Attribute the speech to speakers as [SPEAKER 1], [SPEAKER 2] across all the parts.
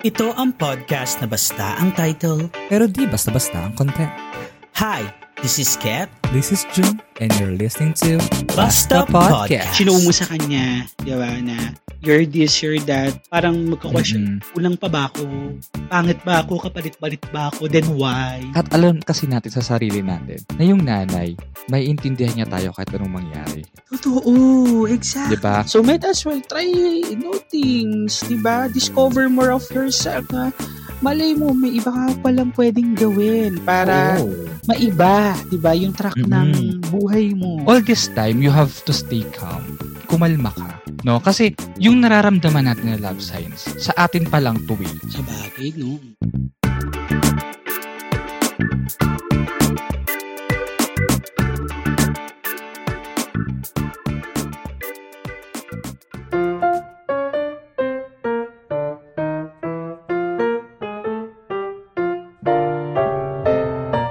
[SPEAKER 1] Ito ang podcast na basta ang title.
[SPEAKER 2] Pero di basta-basta ang content.
[SPEAKER 1] Hi, this is Kat.
[SPEAKER 2] This is June and you're listening to
[SPEAKER 1] Basta Podcast.
[SPEAKER 3] Sino mo sa kanya, di ba, na you're this, you're that, parang magka-question,
[SPEAKER 2] Mm-mm.
[SPEAKER 3] kulang pa ba ako? Pangit ba ako? Kapalit-palit ba ako? Then why?
[SPEAKER 2] At alam kasi natin sa sarili natin na yung nanay, may intindihan niya tayo kahit anong mangyari.
[SPEAKER 3] Totoo, exact.
[SPEAKER 2] Di ba?
[SPEAKER 3] So might as well try new things, di ba? Discover more of yourself na malay mo, may iba ka palang pwedeng gawin para
[SPEAKER 2] Oo.
[SPEAKER 3] maiba, di ba, yung track
[SPEAKER 2] Mm-mm.
[SPEAKER 3] ng buhay mo.
[SPEAKER 2] All this time, you have to stay calm. Kumalma ka. No? Kasi yung nararamdaman natin na love signs, sa atin pa lang to eh.
[SPEAKER 3] Sa bagay, no?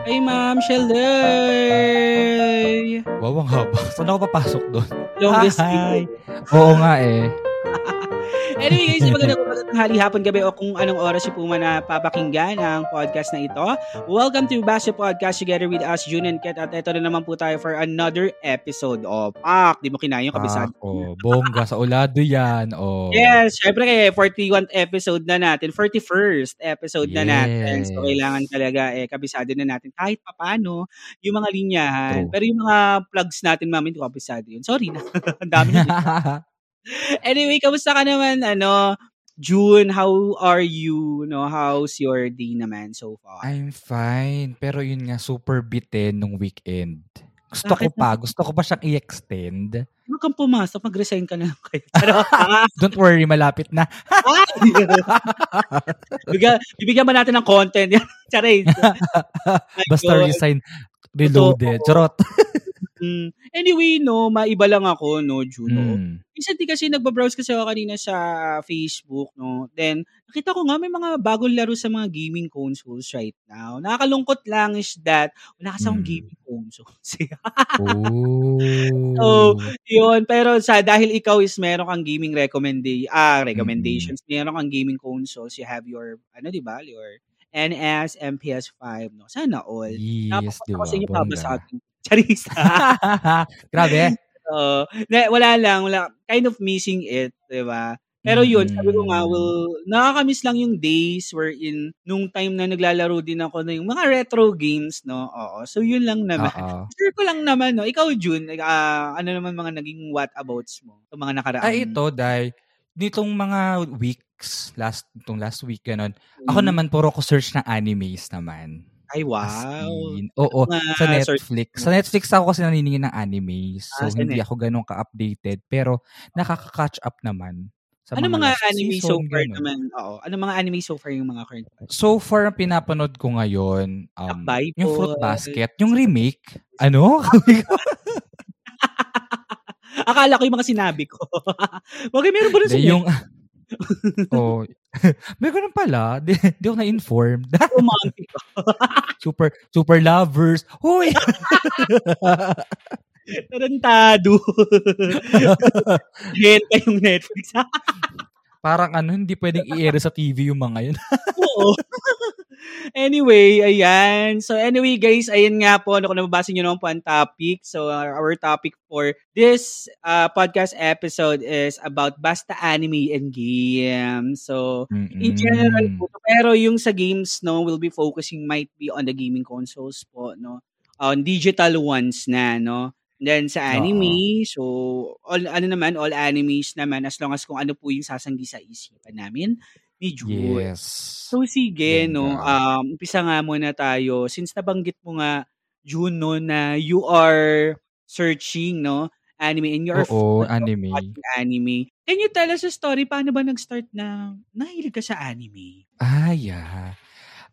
[SPEAKER 3] Hey, Ma'am Shelday!
[SPEAKER 2] Wow, ang haba. Saan ako papasok doon?
[SPEAKER 3] Longest
[SPEAKER 1] Hi.
[SPEAKER 2] Oo nga eh.
[SPEAKER 3] Anyway guys, magandang magandang hali, hapon, gabi o kung anong oras yung puma na papakinggan ang podcast na ito. Welcome to Basso Podcast together with us, June and Kat. At ito na naman po tayo for another episode of Pak. Di mo kinaya yung kabisado.
[SPEAKER 2] Ako, Ah, oh, bongga sa ulado yan. Oh.
[SPEAKER 3] Yes, syempre eh, 41th episode na natin, 41st episode na
[SPEAKER 2] Yes.
[SPEAKER 3] natin. So, kailangan talaga eh, kabisado na natin kahit papano yung mga linyahan.
[SPEAKER 2] True.
[SPEAKER 3] Pero yung mga plugs natin, mami, hindi ko kabisado yun. Sorry na. Ang dami na Anyway, kamusta ka naman, ano, June, how are you? No, how's your day naman so far?
[SPEAKER 2] I'm fine. Pero yun nga, super bitin nung weekend. Gusto ko
[SPEAKER 3] Bakit
[SPEAKER 2] pa, gusto ko pa siyang i-extend.
[SPEAKER 3] Huwag kang pumasok, mag-resign ka na lang kayo. Pero, ah,
[SPEAKER 2] Don't worry, malapit na.
[SPEAKER 3] bigyan, bibigyan ba natin ng content? Charay. My
[SPEAKER 2] Basta
[SPEAKER 3] God.
[SPEAKER 2] resign, reloaded. Charot.
[SPEAKER 3] Mm. Anyway, no, maiba lang ako, no, June. no.
[SPEAKER 2] Mm.
[SPEAKER 3] Minsan di kasi nagbabrowse kasi ako kanina sa Facebook, no. Then, nakita ko nga may mga bagong laro sa mga gaming consoles right now. Nakakalungkot lang is that wala kasi akong
[SPEAKER 2] Mm.
[SPEAKER 3] gaming consoles. eh.
[SPEAKER 2] Oh.
[SPEAKER 3] Yun, pero sa dahil ikaw is meron kang gaming recommend
[SPEAKER 2] Mm-hmm.
[SPEAKER 3] ah recommendations, meron kang gaming consoles, you have your ano 'di ba, your NS, and PS5, no. Sana all.
[SPEAKER 2] Yes,
[SPEAKER 3] Napapunta
[SPEAKER 2] di
[SPEAKER 3] ko
[SPEAKER 2] ba?
[SPEAKER 3] sa inyo
[SPEAKER 2] Bongga.
[SPEAKER 3] babasagin. Charis.
[SPEAKER 2] Grabe.
[SPEAKER 3] Oo. Na- wala lang, wala kind of missing it, 'di ba? Pero yun, sabi ko nga,
[SPEAKER 2] Mm.
[SPEAKER 3] well, nakakamiss lang yung days wherein nung time na naglalaro din ako na yung mga retro games, no? Oo. So, yun lang naman.
[SPEAKER 2] Oo.
[SPEAKER 3] Sure ko lang naman, no? Ikaw, Jun, like, ah, ano naman mga naging whatabouts mo? Itong mga nakaraan.
[SPEAKER 2] Ay, ito, dahil nitong mga weeks, last, itong last week, ganun,
[SPEAKER 3] Mm-hmm.
[SPEAKER 2] ako naman, puro ko search ng animes naman.
[SPEAKER 3] Ay,
[SPEAKER 2] As
[SPEAKER 3] wow.
[SPEAKER 2] in. Oo,
[SPEAKER 3] Mga
[SPEAKER 2] sa
[SPEAKER 3] search-
[SPEAKER 2] Netflix. Sa Netflix ako kasi naniningin ng anime.
[SPEAKER 3] Ah,
[SPEAKER 2] So,
[SPEAKER 3] sa Net-
[SPEAKER 2] hindi ako ganun ka-updated. Pero, nakaka-catch up naman. Sa
[SPEAKER 3] ano mga
[SPEAKER 2] last
[SPEAKER 3] anime so
[SPEAKER 2] season,
[SPEAKER 3] far
[SPEAKER 2] ganun. Um,
[SPEAKER 3] naman? Oo. Ano mga anime so far yung mga current?
[SPEAKER 2] So far, ang pinapanood ko ngayon, um,
[SPEAKER 3] Akbay Boy.
[SPEAKER 2] yung Fruit Basket, yung remake. Ano?
[SPEAKER 3] Akala ko yung mga sinabi ko. okay, meron ba rin
[SPEAKER 2] Hindi,
[SPEAKER 3] sa yung
[SPEAKER 2] yung... oh, may ganun pala. Di, di ako na-informed. Ah,
[SPEAKER 3] romantic ko.
[SPEAKER 2] super, super lovers. Hoy!
[SPEAKER 3] Tarantado. Henta yung Netflix.
[SPEAKER 2] Parang ano, hindi pwedeng i-air sa TV yung mga yun.
[SPEAKER 3] Oo. anyway, ayan. So anyway, guys, ayan nga po. Ano kung nababasa nyo naman po ang topic. So uh, our topic for this uh, podcast episode is about basta anime and games. So in general
[SPEAKER 2] Hmm.
[SPEAKER 3] po. Pero yung sa games, no, we'll be focusing might be on the gaming consoles po, no? On digital ones na, no? Then sa anime, so all ano naman, all animes naman as long as kung ano po yung sasanggi sa isipan namin ni June.
[SPEAKER 2] Yes.
[SPEAKER 3] So sige,
[SPEAKER 2] Yun
[SPEAKER 3] no,
[SPEAKER 2] nga.
[SPEAKER 3] um, umpisa nga muna tayo. Since nabanggit mo nga, June, no, na you are searching, no, anime and you're fond
[SPEAKER 2] Oo,
[SPEAKER 3] of
[SPEAKER 2] anime.
[SPEAKER 3] watching anime. Can you tell us a story? Paano ba nag-start na nahilig ka sa anime?
[SPEAKER 2] Ah, yeah.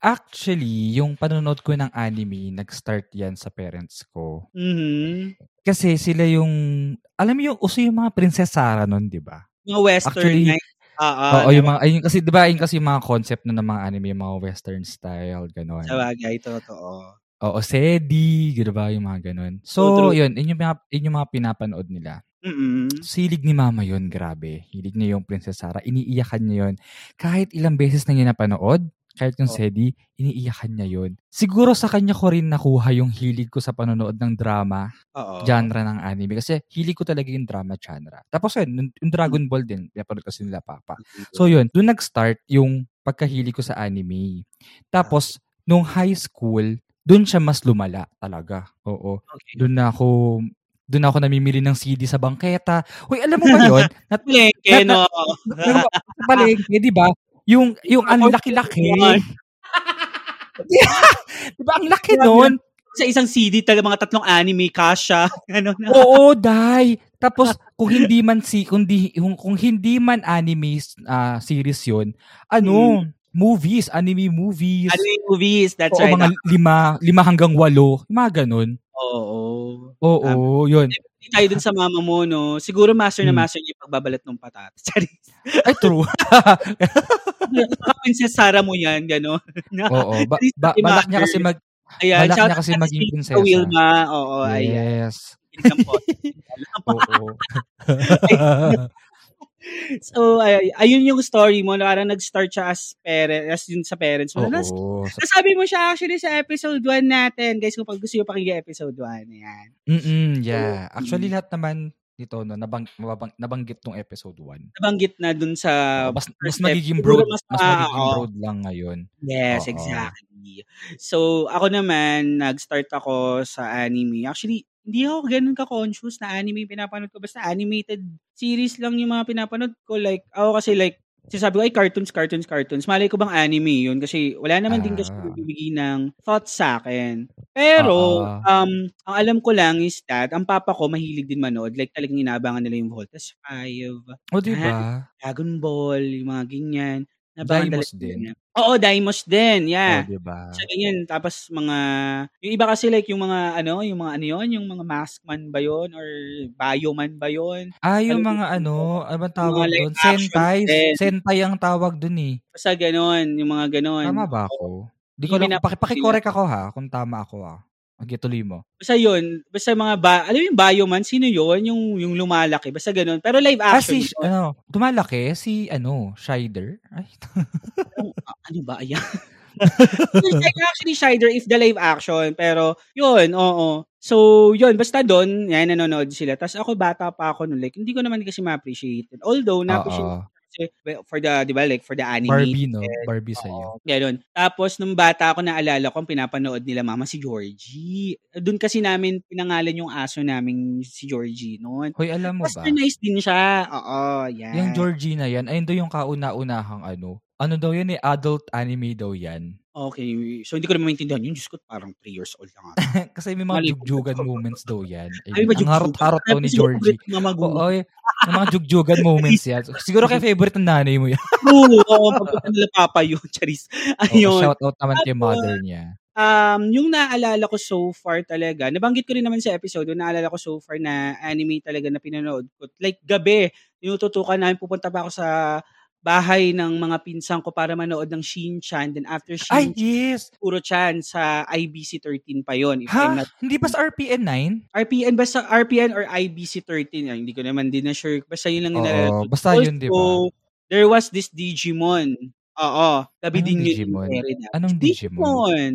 [SPEAKER 2] Actually, yung panonood ko ng anime, nag-start yan sa parents ko.
[SPEAKER 3] Mhm.
[SPEAKER 2] Kasi sila yung, alam mo yung uso yung mga prinsesa Sarah nun, di ba?
[SPEAKER 3] Mga western
[SPEAKER 2] Actually,
[SPEAKER 3] na- Oo,
[SPEAKER 2] Oo, yung
[SPEAKER 3] na-
[SPEAKER 2] mga, ayun, kasi di ba, yung kasi yung mga concept na ng mga anime, yung mga western style, ganon.
[SPEAKER 3] sa bagay, totoo.
[SPEAKER 2] Oo, SEDI, gano'n ba yung mga ganun.
[SPEAKER 3] Oo,
[SPEAKER 2] So,
[SPEAKER 3] true.
[SPEAKER 2] yun, yun yung, mga, yun yung mga pinapanood nila.
[SPEAKER 3] Mm-mm.
[SPEAKER 2] Silig ni mama yun, grabe. Hilig niya yung Princess Sarah. Iniiyakan niya yun. Kahit ilang beses na niya napanood, kahit yung
[SPEAKER 3] Oo.
[SPEAKER 2] SEDI, iniiyakan niya yun. Siguro sa kanya ko rin nakuha yung hilig ko sa panonood ng drama,
[SPEAKER 3] Oo.
[SPEAKER 2] genre ng anime. Kasi hilig ko talaga yung drama genre. Tapos yun, yung- yung Dragon Ball din, pinapanood kasi nila papa. So yun, doon nag-start yung pagkahili ko sa anime. Tapos, nung high school, doon siya mas lumala talaga. Oo.
[SPEAKER 3] Okay.
[SPEAKER 2] Doon na ako, doon na ako namimili ng CD sa bangketa. Uy, alam mo ba yun? Nat-
[SPEAKER 3] Palengke,
[SPEAKER 2] Na-
[SPEAKER 3] no?
[SPEAKER 2] pero sa palengke, Eh, di ba? Yung, yung ang laki-laki.
[SPEAKER 3] Yun.
[SPEAKER 2] di ba? Ang laki
[SPEAKER 3] Grabe
[SPEAKER 2] nun.
[SPEAKER 3] Sa isang CD talaga mga tatlong anime, kasha, ano na.
[SPEAKER 2] Oo, dai. Tapos kung hindi man si kung, di, kung, kung hindi man anime ah, series 'yon, ano, movies, anime movies.
[SPEAKER 3] Hmm. Anime movies, that's
[SPEAKER 2] Oo,
[SPEAKER 3] right.
[SPEAKER 2] mga lima, lima hanggang walo. Mga ganun.
[SPEAKER 3] Oo.
[SPEAKER 2] Oo, yun.
[SPEAKER 3] Hindi tayo dun sa mama mo, no? Siguro master na
[SPEAKER 2] Mm.
[SPEAKER 3] master niya yung pagbabalat ng patatas. Sorry.
[SPEAKER 2] Ay, true.
[SPEAKER 3] Princess Sarah mo yan, gano'n.
[SPEAKER 2] Oo, ba,
[SPEAKER 3] Please,
[SPEAKER 2] ba-
[SPEAKER 3] Mother.
[SPEAKER 2] balak niya kasi mag...
[SPEAKER 3] Ayan, shout
[SPEAKER 2] Balak niya
[SPEAKER 3] out
[SPEAKER 2] Oh, kasi
[SPEAKER 3] natin
[SPEAKER 2] maging
[SPEAKER 3] si
[SPEAKER 2] prinsesa.
[SPEAKER 3] Wilma, oo, Oh, ayan.
[SPEAKER 2] Yes.
[SPEAKER 3] Isang po.
[SPEAKER 2] Oo.
[SPEAKER 3] so, ay, ayun yung story mo. na Parang nag-start siya as parent, as yun sa parents mo. Nas-
[SPEAKER 2] Oo.
[SPEAKER 3] Nasabi mo siya actually sa episode 1 natin. Guys, kung pag gusto nyo pakinggan episode 1, ayan.
[SPEAKER 2] Mm-mm, yeah. Actually, lahat naman dito, no, nabang, mababang, nabanggit tong episode 1.
[SPEAKER 3] Nabanggit na dun sa...
[SPEAKER 2] mas, mas
[SPEAKER 3] first
[SPEAKER 2] magiging
[SPEAKER 3] episode,
[SPEAKER 2] broad,
[SPEAKER 3] Ah, mas- ah,
[SPEAKER 2] mas, magiging
[SPEAKER 3] oo.
[SPEAKER 2] broad lang ngayon.
[SPEAKER 3] Yes,
[SPEAKER 2] Oo.
[SPEAKER 3] exactly. So, ako naman, nag-start ako sa anime. Actually, hindi ako ganun ka-conscious na anime yung pinapanood ko. Basta animated series lang yung mga pinapanood ko. Like, ako kasi like, sinasabi ko, ay, cartoons, cartoons, cartoons. Malay ko bang anime yun? Kasi wala naman din kasi
[SPEAKER 2] Ah.
[SPEAKER 3] nagbibigay ng thoughts sa akin. Pero,
[SPEAKER 2] Oo.
[SPEAKER 3] um, ang alam ko lang is that, ang papa ko mahilig din manood. Like, talagang inabangan nila yung Voltes 5,
[SPEAKER 2] O, di
[SPEAKER 3] Ah,
[SPEAKER 2] ba?
[SPEAKER 3] Dragon Ball, yung mga ganyan.
[SPEAKER 2] Daimos
[SPEAKER 3] talaga
[SPEAKER 2] din. Oh,
[SPEAKER 3] nila. Oo, Daimos din.
[SPEAKER 2] O,
[SPEAKER 3] Yeah.
[SPEAKER 2] di ba?
[SPEAKER 3] So, ganyan. Tapos, mga... Yung iba kasi, like, yung mga, ano, yung mga ano yun, yung mga maskman ba yun? Or bioman ba yun?
[SPEAKER 2] Ah, yung
[SPEAKER 3] Alam
[SPEAKER 2] mga
[SPEAKER 3] mo,
[SPEAKER 2] ano, ano
[SPEAKER 3] yung mga live
[SPEAKER 2] tawag doon?
[SPEAKER 3] actions
[SPEAKER 2] Sentai?
[SPEAKER 3] din.
[SPEAKER 2] Sentai ang tawag doon eh.
[SPEAKER 3] Basta ganon, yung mga ganon.
[SPEAKER 2] Tama ba ako? Di
[SPEAKER 3] Yung
[SPEAKER 2] ko alam.
[SPEAKER 3] pinapa-
[SPEAKER 2] Paki, pakicorrect ako ha, kung tama ako ha. Okay, tuloy mo.
[SPEAKER 3] Basta yun, basta mga ba, alam mo yung bioman, sino yun? Yung, yung lumalaki, basta ganon. Pero live
[SPEAKER 2] Ah,
[SPEAKER 3] action.
[SPEAKER 2] si,
[SPEAKER 3] yun.
[SPEAKER 2] ano, tumalaki, si, ano, Shider? Ay,
[SPEAKER 3] Oh, a- ano ba? Ayan. Like, actually, Shider if the live action. Pero, yun, oo. So, yun, basta doon, yan, nanonood sila. Tapos ako, bata pa ako nun, like, hindi ko naman kasi ma-appreciate. it. Although, na-appreciate
[SPEAKER 2] oo.
[SPEAKER 3] ko kasi, well, for the, di ba, like, for the anime.
[SPEAKER 2] Barbie, no? Barbie sa'yo.
[SPEAKER 3] Oo, ganun. Tapos, nung bata ako, naalala ko, ang pinapanood nila mama si Georgie. Doon kasi namin, pinangalan yung aso namin si Georgie noon.
[SPEAKER 2] Hoy, alam mo Ano ba?
[SPEAKER 3] Westernized din siya. Oo, yan.
[SPEAKER 2] Yung Georgina yan, ayun daw yung kauna-unahang ano. Ano daw yan eh, adult anime daw yan.
[SPEAKER 3] Okay. So, hindi ko naman maintindihan. Yun, Diyos ko, parang 3 years old lang ako.
[SPEAKER 2] Kasi may mga
[SPEAKER 3] Mali.
[SPEAKER 2] jugjugan moments daw yan.
[SPEAKER 3] Ay,
[SPEAKER 2] Ayun, ang harot-harot daw ni Georgie.
[SPEAKER 3] Mga magulang.
[SPEAKER 2] Oo, eh, yung mga jugjugan moments yan. Siguro kay favorite ng nanay mo yan.
[SPEAKER 3] True. Oo, pagpunta nila papa yun, Charis.
[SPEAKER 2] Oo,
[SPEAKER 3] Ayun. Ano?
[SPEAKER 2] shout out naman kay
[SPEAKER 3] Tapos,
[SPEAKER 2] mother niya.
[SPEAKER 3] Um, yung naalala ko so far talaga, nabanggit ko rin naman sa episode, yung naalala ko so far na anime talaga na pinanood ko. Like, gabi, tinututukan namin, pupunta pa ako sa bahay ng mga pinsang ko para manood ng Shin-chan. Then after Shin,
[SPEAKER 2] Ay, yes!
[SPEAKER 3] Puro-chan sa IBC 13 pa yon If I'm
[SPEAKER 2] Ha?
[SPEAKER 3] not-
[SPEAKER 2] Hindi ba sa RPN 9?
[SPEAKER 3] RPN, basta RPN or IBC 13, ah, hindi ko naman din na sure. Basta yun lang yung naalala
[SPEAKER 2] Oo,
[SPEAKER 3] ko.
[SPEAKER 2] basta yun, di ba?
[SPEAKER 3] Also, there was this Digimon. Oo. Gabi
[SPEAKER 2] Anong
[SPEAKER 3] din yun.
[SPEAKER 2] Digimon?
[SPEAKER 3] yung pera na.
[SPEAKER 2] Anong Digimon?
[SPEAKER 3] Digimon.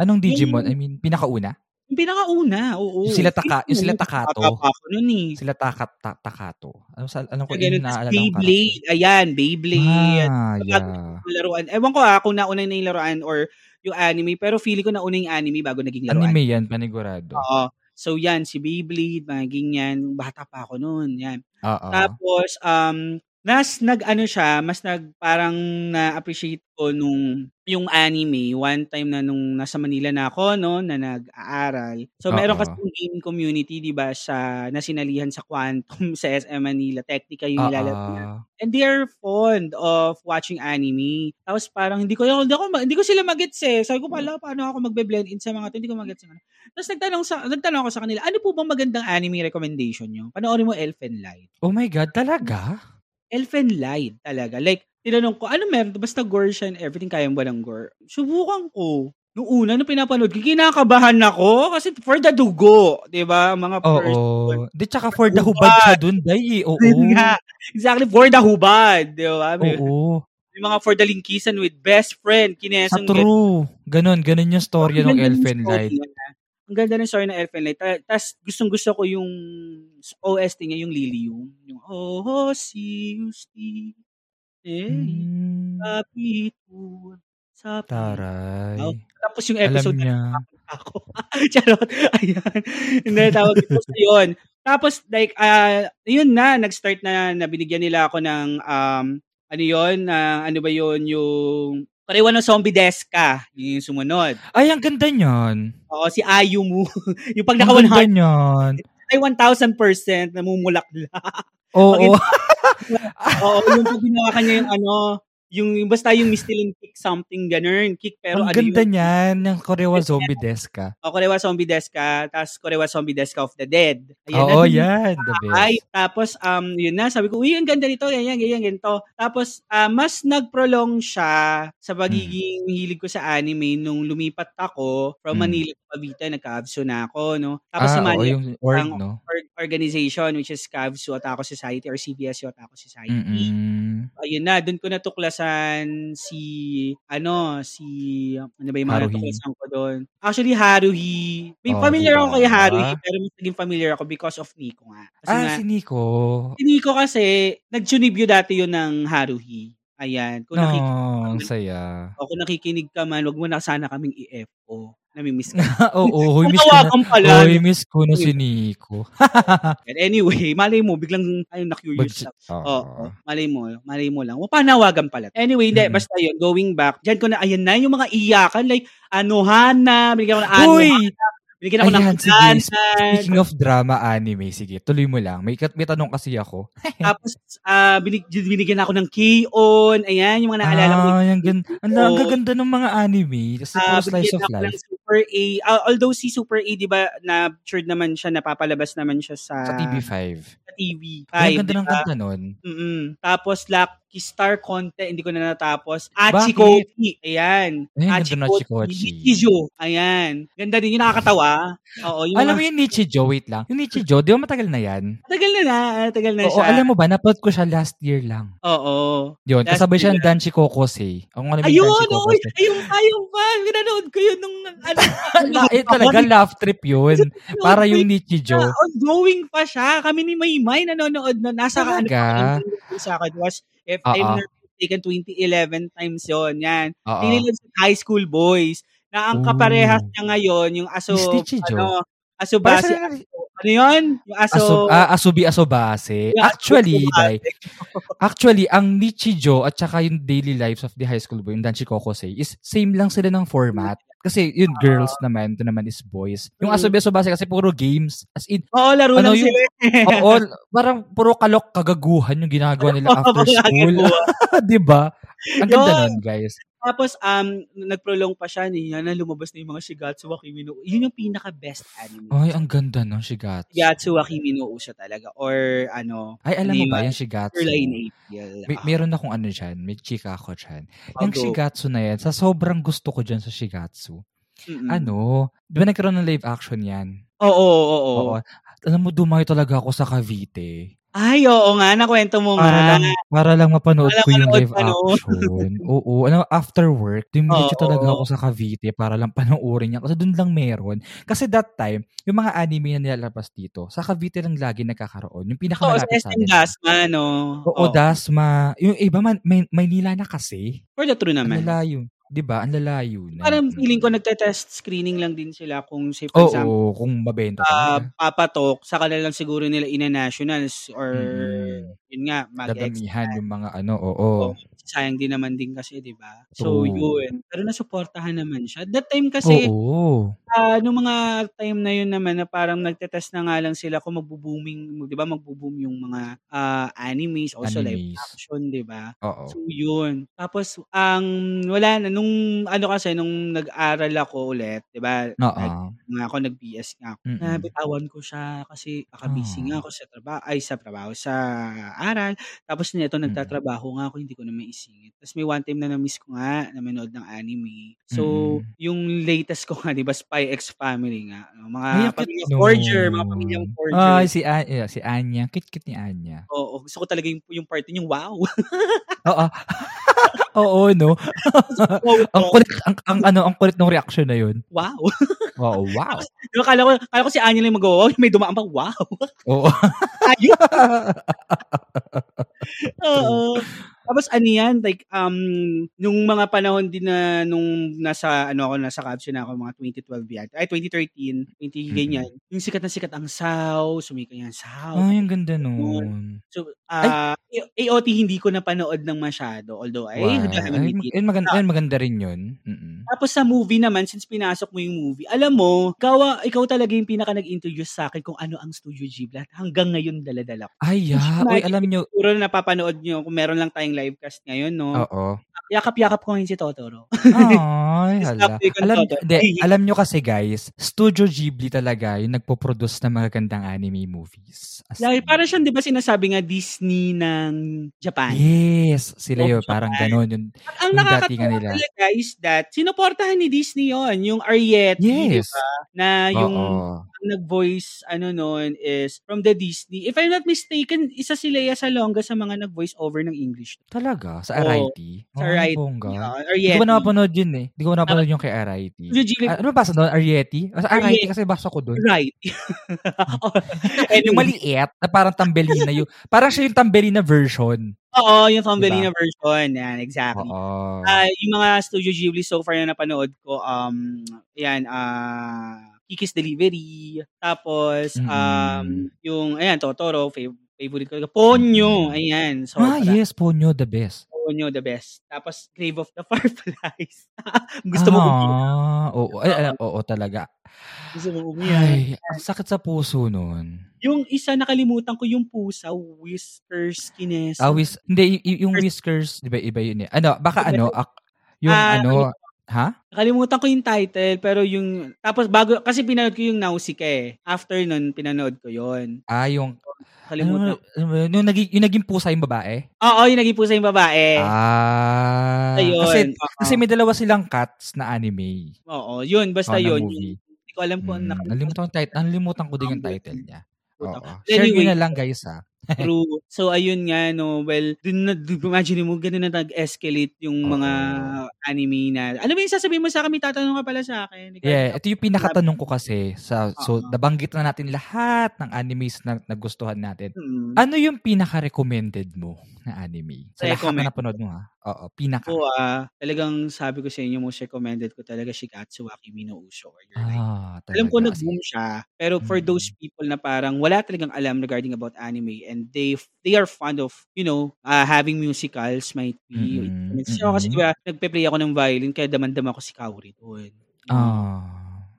[SPEAKER 2] Anong Digimon?
[SPEAKER 3] Yung-
[SPEAKER 2] I mean, pinakauna?
[SPEAKER 3] Yung pinakauna, oo.
[SPEAKER 2] Yung sila taka- yung sila
[SPEAKER 3] Pinakauna,
[SPEAKER 2] Takato.
[SPEAKER 3] bata pa ako nun eh.
[SPEAKER 2] Sila takat, ta- takato. Ano sa, alam ko,
[SPEAKER 3] Kaya
[SPEAKER 2] yun
[SPEAKER 3] ganun, tas
[SPEAKER 2] yung naaalala kong karakter.
[SPEAKER 3] Beyblade. Ayan, Beyblade.
[SPEAKER 2] Ah,
[SPEAKER 3] Bago
[SPEAKER 2] yeah.
[SPEAKER 3] yung laruan. Ewan ko ah, kung nauna na yung laruan or yung anime. Pero feeling ko nauna yung anime bago naging laruan.
[SPEAKER 2] Anime yan, panigurado.
[SPEAKER 3] Oo. So yan, si Beyblade, mga ganyan. Bata pa ako nun. Yan.
[SPEAKER 2] Oo.
[SPEAKER 3] Tapos, um, nas nag-ano siya, mas nag parang na-appreciate ko nung yung anime. One time na nung nasa Manila na ako, no, na nag-aaral. So, meron
[SPEAKER 2] Oo.
[SPEAKER 3] kasi yung gaming community, di ba, sa nasinalihan sa Quantum sa SM Manila. Technica yung
[SPEAKER 2] Oo.
[SPEAKER 3] nilalaro na. And they're fond of watching anime. Tapos parang hindi ko, hindi ko, hindi ko sila magets eh. Sabi ko pala, paano ako magbe-blend in sa mga to? Hindi ko magets. ano." Tapos nagtanong, sa, nagtanong ako sa kanila, ano po bang magandang anime recommendation nyo? Panoorin mo Elfen Light.
[SPEAKER 2] Oh my God, talaga?
[SPEAKER 3] Elfen Light talaga. Like, tinanong ko, ano meron? to? Basta gore siya and everything, kaya mo ba ng gore? Subukan ko. Noong una, nung pinapanood, ko, kinakabahan ako kasi for the dugo, di ba? Mga first Oh
[SPEAKER 2] Oo. Di, tsaka for the hubad siya dun, day. eh. Oo.
[SPEAKER 3] Yun nga. Exactly, for the hubad, di ba? May,
[SPEAKER 2] Oo.
[SPEAKER 3] may mga for the linkisan with best friend,
[SPEAKER 2] Sa
[SPEAKER 3] kinesang
[SPEAKER 2] true. Ganon, ganon yung story
[SPEAKER 3] Ang ganda
[SPEAKER 2] ng
[SPEAKER 3] ng
[SPEAKER 2] Elfen
[SPEAKER 3] story
[SPEAKER 2] Light.
[SPEAKER 3] niya. Ang ganda ng story ng Elfen Light. Ta- Tas gustong gusto ko yung OST niya, yung Lilium. Yung Oh, see you see. Eh,
[SPEAKER 2] Mm,
[SPEAKER 3] sabi ko. Sabi.
[SPEAKER 2] taray.
[SPEAKER 3] Tapos yung
[SPEAKER 2] Alam
[SPEAKER 3] episode
[SPEAKER 2] niya.
[SPEAKER 3] ako. Charot. Ayan. Hindi, tawag ito so yun. Tapos, like, ah, yun na, nag-start na, na binigyan nila ako ng, um, ano yun, na ano ba yun, yung, parewa ng zombie desk ka, yun yung sumunod.
[SPEAKER 2] Ay, ang ganda niyan.
[SPEAKER 3] Oo, si Ayumu. yung pag
[SPEAKER 2] Ang
[SPEAKER 3] naka
[SPEAKER 2] ganda
[SPEAKER 3] 100,
[SPEAKER 2] niyan.
[SPEAKER 3] ay 1,000% namumulak-lak.
[SPEAKER 2] Oo.
[SPEAKER 3] Oo, yung pag ginawa ka niya yung ano, yung, yung basta yung Mistilin kick something, ganun, kick, pero
[SPEAKER 2] Ang
[SPEAKER 3] ano
[SPEAKER 2] ganda
[SPEAKER 3] yun,
[SPEAKER 2] niyan. Yung Korewa Zombie Desk ah. ka.
[SPEAKER 3] O, Korewa Zombie Desk ka, tapos Korewa Zombie Desk of the Dead. na-
[SPEAKER 2] Oo, yan. The best.
[SPEAKER 3] Ay, tapos, um, yun na, sabi ko, uy, ang ganda nito, ganyan, ganyan, ganito. Tapos, ah, mas nag-prolong siya sa
[SPEAKER 2] Hmm.
[SPEAKER 3] pagiging hilig ko sa anime nung lumipat ako from
[SPEAKER 2] Mm.
[SPEAKER 3] Manila to Cavite, nagka-abso na ako, no? Tapos,
[SPEAKER 2] ah,
[SPEAKER 3] si
[SPEAKER 2] oo,
[SPEAKER 3] Manila
[SPEAKER 2] yung org,
[SPEAKER 3] ang-
[SPEAKER 2] no?
[SPEAKER 3] org- organization, which is Cavsu Otaku Society or CBS Otaku Society.
[SPEAKER 2] Mm-mm.
[SPEAKER 3] Ayun na, doon ko natuklasan si, ano, si, ano ba yung mga
[SPEAKER 2] Haruhi.
[SPEAKER 3] natuklasan ko doon? Actually, Haruhi. May
[SPEAKER 2] Oh,
[SPEAKER 3] familiar
[SPEAKER 2] diba?
[SPEAKER 3] ako kay Haruhi, pero mas naging familiar ako because of Nico nga. Kasi nga,
[SPEAKER 2] Ah, si Nico.
[SPEAKER 3] si Nico kasi, nag-tunibyo dati yun ng Haruhi. Ayan. Kung,
[SPEAKER 2] No,
[SPEAKER 3] nakikinig,
[SPEAKER 2] ang saya.
[SPEAKER 3] o kung nakikinig ka man, wag mo na sana kaming i-FO. Namimiss ka.
[SPEAKER 2] Oo, oh, hoy, miss ko na.
[SPEAKER 3] Tatawagan pala.
[SPEAKER 2] Hoy, miss ko na si Nico.
[SPEAKER 3] And anyway, malay mo, biglang ayun, na-curious
[SPEAKER 2] Bagsi-
[SPEAKER 3] lang.
[SPEAKER 2] Oo.
[SPEAKER 3] Oo, malay mo, malay mo lang. O, panawagan pala. Anyway, hindi,
[SPEAKER 2] Mm-mm.
[SPEAKER 3] basta yun, going back, dyan ko na, ayan na, yung mga iyakan, like, anuhana, binigyan ko ng
[SPEAKER 2] Hoy!
[SPEAKER 3] anuhana, binigyan ako ng
[SPEAKER 2] Ayan, sige.
[SPEAKER 3] kudanan,
[SPEAKER 2] Speaking of drama anime, sige, tuloy mo lang. May, kat- may tanong kasi ako.
[SPEAKER 3] tapos, ah, binig, binigyan ako ng K-on, ayan, yung mga naalala ko,
[SPEAKER 2] ah, ang, gan- ang,
[SPEAKER 3] Oo.
[SPEAKER 2] ang gaganda ng mga anime. Kasi
[SPEAKER 3] Ah,
[SPEAKER 2] puro slice
[SPEAKER 3] binigyan
[SPEAKER 2] of
[SPEAKER 3] ako
[SPEAKER 2] life.
[SPEAKER 3] Ng Super A. Ah, although si Super A, di ba, na sure naman siya, napapalabas naman siya sa,
[SPEAKER 2] Sa TV5.
[SPEAKER 3] sa TV.
[SPEAKER 2] Ay,
[SPEAKER 3] Five,
[SPEAKER 2] ang ganda
[SPEAKER 3] di
[SPEAKER 2] ng
[SPEAKER 3] ba?
[SPEAKER 2] kanta nun.
[SPEAKER 3] Mm-mm. Tapos Lucky Star Conte, hindi ko na natapos.
[SPEAKER 2] Bakit?
[SPEAKER 3] Achikochi, ayan.
[SPEAKER 2] Ayun, ganda na
[SPEAKER 3] Achikochi.
[SPEAKER 2] Achikochi.
[SPEAKER 3] Nichijo, ayan. Ganda din, yung nakakatawa. Oo, yung
[SPEAKER 2] Alam mo
[SPEAKER 3] mga,
[SPEAKER 2] yung Nichijou, wait lang. Yung Nichijou, di ba matagal na yan?
[SPEAKER 3] tagal na na, tagal na
[SPEAKER 2] Oo,
[SPEAKER 3] siya.
[SPEAKER 2] alam mo ba, napod ko siya last year lang.
[SPEAKER 3] Oo.
[SPEAKER 2] Yun,
[SPEAKER 3] Last
[SPEAKER 2] kasabay siya
[SPEAKER 3] year.
[SPEAKER 2] ng Danchi Kokose. Ang alam mo yung
[SPEAKER 3] Ayun,
[SPEAKER 2] Danchi
[SPEAKER 3] oy,
[SPEAKER 2] Kokose.
[SPEAKER 3] ayun pa, ayun pa. Pinanood ko yun nung, ano,
[SPEAKER 2] La- eh, talaga, laugh trip yun.
[SPEAKER 3] Pinanood
[SPEAKER 2] Para
[SPEAKER 3] ko
[SPEAKER 2] yung Nichijou.
[SPEAKER 3] siya, ongoing pa siya. Kami ni Maymay nanonood na nasa ano
[SPEAKER 2] Talaga?
[SPEAKER 3] pa kami nung sa akin was if I'm
[SPEAKER 2] Oo.
[SPEAKER 3] not mistaken 2011 times yon yan.
[SPEAKER 2] Oo.
[SPEAKER 3] Tinilid sa high school boys na ang
[SPEAKER 2] Ooh.
[SPEAKER 3] kaparehas niya ngayon yung aso
[SPEAKER 2] Is Titi Jo?
[SPEAKER 3] ano aso
[SPEAKER 2] Para
[SPEAKER 3] base
[SPEAKER 2] sa-
[SPEAKER 3] ano yun? Yung aso
[SPEAKER 2] Aso, ah, asubi asobase.
[SPEAKER 3] Yeah,
[SPEAKER 2] Actually,
[SPEAKER 3] asobase.
[SPEAKER 2] day, actually, ang Nichijou at saka yung daily lives of the high school boy, yung Danshi Kokose, is same lang sila ng format. Kasi yun, girls naman, ito naman is boys. Yung
[SPEAKER 3] Ah. Mm.
[SPEAKER 2] asobi asobase kasi puro games. As in,
[SPEAKER 3] Oo, laro lang
[SPEAKER 2] Ano yung-
[SPEAKER 3] sila. eh.
[SPEAKER 2] oo, parang puro kalok kagaguhan yung ginagawa nila after
[SPEAKER 3] Mga
[SPEAKER 2] school.
[SPEAKER 3] kagawa.
[SPEAKER 2] 'Di ba? Ang ganda
[SPEAKER 3] Yun.
[SPEAKER 2] nun, guys.
[SPEAKER 3] Tapos, um, nagprolong pa siya, niya na lumabas na yung mga Shigatsu wa Kimi no. Yun yung pinaka-best anime.
[SPEAKER 2] Ay, ang ganda nun, Shigatsu.
[SPEAKER 3] Shigatsu wa Kimi no Uso talaga. Or, ano,
[SPEAKER 2] Ay, alam
[SPEAKER 3] ano
[SPEAKER 2] mo ba,
[SPEAKER 3] yun?
[SPEAKER 2] yung Shigatsu.
[SPEAKER 3] Underline April.
[SPEAKER 2] May, meron akong ano dyan, may chika ako dyan.
[SPEAKER 3] Ah,
[SPEAKER 2] Yung
[SPEAKER 3] go.
[SPEAKER 2] Shigatsu na yan, sa sobrang gusto ko dyan sa oh. Shigatsu,
[SPEAKER 3] Mm-mm.
[SPEAKER 2] ano, di ba nagkaroon ng live action yan?
[SPEAKER 3] Oo, oo, oo.
[SPEAKER 2] Oo. Alam mo, dumayo talaga ako sa Cavite.
[SPEAKER 3] Ay, oo nga, nakwento mo nga.
[SPEAKER 2] Para lang, para lang mapanood
[SPEAKER 3] Para
[SPEAKER 2] ko yung
[SPEAKER 3] manood
[SPEAKER 2] live
[SPEAKER 3] pa, no?
[SPEAKER 2] action. Oo, ano, after work, dumiretso
[SPEAKER 3] Oo.
[SPEAKER 2] talaga ako sa Cavite para lang panoorin yan. Kasi doon lang meron. Kasi that time, yung mga anime na nilalabas dito, sa Cavite lang lagi nagkakaroon. Yung
[SPEAKER 3] Oo, sa
[SPEAKER 2] pinakamalapit
[SPEAKER 3] SM
[SPEAKER 2] sa amin.
[SPEAKER 3] Dasma, no? Oh,
[SPEAKER 2] Oo, Dasma. Yung iba man, may, Maynila na kasi.
[SPEAKER 3] For the true
[SPEAKER 2] Ang
[SPEAKER 3] naman.
[SPEAKER 2] lalayo. 'Di ba? Ang lalayo na.
[SPEAKER 3] Parang feeling ko
[SPEAKER 2] Mm.
[SPEAKER 3] nagte-test screening lang din sila kung say for
[SPEAKER 2] Oo,
[SPEAKER 3] example,
[SPEAKER 2] kung mabenta
[SPEAKER 3] ah,
[SPEAKER 2] talaga.
[SPEAKER 3] papatok, sa kanila lang siguro nila ina nationals or
[SPEAKER 2] Mm-mm.
[SPEAKER 3] yun nga, mag-ex.
[SPEAKER 2] Dadamihan yung mga ano, oo.
[SPEAKER 3] Oo. sayang din naman din kasi, di ba? So,
[SPEAKER 2] True.
[SPEAKER 3] yun. Pero nasuportahan naman siya. That time kasi,
[SPEAKER 2] Oo.
[SPEAKER 3] Ah, nung mga time na yun naman na parang nagtetest na nga lang sila kung magbo-booming, 'di ba? Magbo-boom yung mga ah, animes also live
[SPEAKER 2] Animes.
[SPEAKER 3] action, 'di ba?
[SPEAKER 2] Oo.
[SPEAKER 3] So yun. Tapos ang wala na nung ano kasi nung nag-aral ako ulit, 'di ba?
[SPEAKER 2] Oo.
[SPEAKER 3] Nag nga ako nag-BS nga ako.
[SPEAKER 2] Mm-mm.
[SPEAKER 3] Nabitawan ko siya kasi baka-busy
[SPEAKER 2] Mm. Ah.
[SPEAKER 3] nga ako sa trabaho, ay sa trabaho sa aral. Tapos nito
[SPEAKER 2] Mm-mm.
[SPEAKER 3] nagtatrabaho nga ako, hindi ko na may missing it. Tapos may one time na na-miss ko nga, na manood ng anime. So,
[SPEAKER 2] Mm.
[SPEAKER 3] yung latest ko nga, di ba, Spy X Family nga. no? Mga
[SPEAKER 2] Ay, ang cute
[SPEAKER 3] pamilya
[SPEAKER 2] nun.
[SPEAKER 3] Forger, mga pamilyang Forger.
[SPEAKER 2] Ay, si, A- eh, si Anya. Kit-kit ni Anya.
[SPEAKER 3] Oo, gusto ko talaga yung, yung part yun, yung wow.
[SPEAKER 2] Oo. Oo, no? Ah,
[SPEAKER 3] wow,
[SPEAKER 2] Ang
[SPEAKER 3] wow.
[SPEAKER 2] kulit, ang, ang, ano, ang kulit ng reaction na yun.
[SPEAKER 3] wow.
[SPEAKER 2] Oo, wow.
[SPEAKER 3] Di ba, kala ko, kala ko si Anya lang mag-wow, may dumaan pa, wow.
[SPEAKER 2] Oo.
[SPEAKER 3] Ayun. Oo. Tapos ano yan, like, um, nung mga panahon din na, nung nasa, ano ako, nasa caption na ako, mga 2012 yan. Ay, 2013, 20 ganyan. Yung sikat na sikat ang saw, sumika yan, saw.
[SPEAKER 2] Ay, ang ganda nun.
[SPEAKER 3] So, ah, AOT hindi ko napanood ng masyado, although, ay,
[SPEAKER 2] Wow.
[SPEAKER 3] hindi naman
[SPEAKER 2] Ay,
[SPEAKER 3] hindi.
[SPEAKER 2] mag- ay, maganda, ay, maganda rin yun. Mm-mm.
[SPEAKER 3] Tapos sa movie naman, since pinasok mo yung movie, alam mo, ikaw, ah, ikaw talaga yung pinaka nag-introduce sa akin kung ano ang Studio Ghibli. At Hanggang ngayon, daladala ko.
[SPEAKER 2] Ay, yeah. Uy, alam nyo.
[SPEAKER 3] Siguro na napapanood nyo kung meron lang tayong livecast ngayon, no?
[SPEAKER 2] Oo.
[SPEAKER 3] Yakap-yakap ko ngayon si Totoro.
[SPEAKER 2] Ay,
[SPEAKER 3] Just
[SPEAKER 2] hala.
[SPEAKER 3] update on
[SPEAKER 2] Alam,
[SPEAKER 3] Totoro.
[SPEAKER 2] de,
[SPEAKER 3] Ay.
[SPEAKER 2] alam nyo kasi guys, Studio Ghibli talaga yung nagpo-produce ng mga gandang anime movies. As
[SPEAKER 3] Dahil
[SPEAKER 2] in.
[SPEAKER 3] parang siyang, di ba sinasabi nga, Disney ng Japan.
[SPEAKER 2] Yes, sila
[SPEAKER 3] Of
[SPEAKER 2] yun. Parang
[SPEAKER 3] Japan.
[SPEAKER 2] ganon. Yung,
[SPEAKER 3] At ang
[SPEAKER 2] Yung
[SPEAKER 3] nakakatawa
[SPEAKER 2] datingan nila.
[SPEAKER 3] talaga is that, sinuportahan ni Disney yon yung Ariete, di
[SPEAKER 2] yes.
[SPEAKER 3] ba? Na yung
[SPEAKER 2] Oo.
[SPEAKER 3] ang nag-voice, ano noon, is from the Disney. If I'm not mistaken, isa si Lea Salonga sa mga nag-voice over ng English.
[SPEAKER 2] Talaga?
[SPEAKER 3] Oo.
[SPEAKER 2] Sa Ariety?
[SPEAKER 3] Sa
[SPEAKER 2] Oo,
[SPEAKER 3] Ariete.
[SPEAKER 2] bongga.
[SPEAKER 3] yun,
[SPEAKER 2] Hindi
[SPEAKER 3] Ariete.
[SPEAKER 2] ko napanood yun eh. Hindi ko napanood
[SPEAKER 3] Ah.
[SPEAKER 2] yung kay Ariety.
[SPEAKER 3] Studio Ghibli.
[SPEAKER 2] Ah, ano ba basa doon? Ariety? Sa Ariety
[SPEAKER 3] Ariete.
[SPEAKER 2] kasi basa ko doon.
[SPEAKER 3] Right.
[SPEAKER 2] yung
[SPEAKER 3] anyway,
[SPEAKER 2] maliit na parang tambelina yung parang siya yung tambelina version.
[SPEAKER 3] oo, yung Thumbelina
[SPEAKER 2] Diba?
[SPEAKER 3] version. Yan, exactly.
[SPEAKER 2] Oo.
[SPEAKER 3] Ah, yung mga Studio Ghibli so far na napanood ko, um, yan, ah, Kiki's Delivery, tapos, um,
[SPEAKER 2] Mm-mm.
[SPEAKER 3] yung, ayan, Totoro, fav- favorite ko. Ponyo,
[SPEAKER 2] Mm-mm.
[SPEAKER 3] ayan. So,
[SPEAKER 2] ah, yes, Ponyo the best.
[SPEAKER 3] Ponyo, the best. Tapos, Grave of the Fireflies. Gusto mo umiyak.
[SPEAKER 2] Ah, oo, ay, ay, oo talaga.
[SPEAKER 3] Gusto mo umiyak.
[SPEAKER 2] Ay, ang sakit sa puso noon.
[SPEAKER 3] Yung isa nakalimutan ko, yung pusa, Whiskers Kineso.
[SPEAKER 2] Ah, whis- hindi, y- y- yung
[SPEAKER 3] Whiskers.
[SPEAKER 2] whiskers, di ba iba yun eh. Ano,
[SPEAKER 3] Iba
[SPEAKER 2] baka ano,
[SPEAKER 3] yun.
[SPEAKER 2] ak- yung
[SPEAKER 3] Ah,
[SPEAKER 2] ano, ha?
[SPEAKER 3] Nakalimutan ko yung title, pero yung, tapos bago, kasi pinanood ko yung Nausicaa eh. After nun, pinanood ko yon
[SPEAKER 2] Ah, yung,
[SPEAKER 3] Nakalimutan
[SPEAKER 2] ano, ano ba yun? yung, naging, yung naging pusa yung babae?
[SPEAKER 3] Oo, yung naging pusa yung babae. Basta
[SPEAKER 2] Ah,
[SPEAKER 3] yun.
[SPEAKER 2] kasi,
[SPEAKER 3] Oo.
[SPEAKER 2] kasi may dalawa silang cats na anime.
[SPEAKER 3] Oo, yun. Basta
[SPEAKER 2] Oh, na
[SPEAKER 3] yun.
[SPEAKER 2] movie.
[SPEAKER 3] Hindi ko alam kung
[SPEAKER 2] Mm,
[SPEAKER 3] ano
[SPEAKER 2] nalimutan ko yung title. Nalimutan ko din yung title niya.
[SPEAKER 3] Puta.
[SPEAKER 2] Oo.
[SPEAKER 3] But
[SPEAKER 2] Share
[SPEAKER 3] anyway,
[SPEAKER 2] nyo na lang guys ha.
[SPEAKER 3] True. So, ayun nga, no. Well, dun na, dun, imagine mo, ganun na nag-escalate yung
[SPEAKER 2] Oo.
[SPEAKER 3] mga anime na. Alam mo yung sasabihin mo sa akin, may tatanong ka pala sa akin. Ikaw-
[SPEAKER 2] Yeah, ito yung pinakatanong ko kasi. Sa, so,
[SPEAKER 3] Oo.
[SPEAKER 2] nabanggit na natin lahat ng animes na nagustuhan natin.
[SPEAKER 3] Hmm.
[SPEAKER 2] Ano yung pinaka-recommended mo na anime? Sa lahat
[SPEAKER 3] Recommend.
[SPEAKER 2] na napanood mo ha? Oo, pinaka.
[SPEAKER 3] Ako, ah, talagang sabi ko sa inyo, most recommended ko talaga Shikatsu wa Kimi no Uso or Your Life.
[SPEAKER 2] Ah, talaga.
[SPEAKER 3] Alam ko
[SPEAKER 2] Kasi-
[SPEAKER 3] nag-boom siya, pero for
[SPEAKER 2] Mm.
[SPEAKER 3] those people na parang wala talagang alam regarding about anime and they they are fond of, you know, ah, having musicals might be
[SPEAKER 2] Mm-mm,
[SPEAKER 3] instruments. So, kasi
[SPEAKER 2] mm-mm.
[SPEAKER 3] diba, nagpe-play ako ng violin kaya damandam ako si Kaori doon. Mm.
[SPEAKER 2] Ah,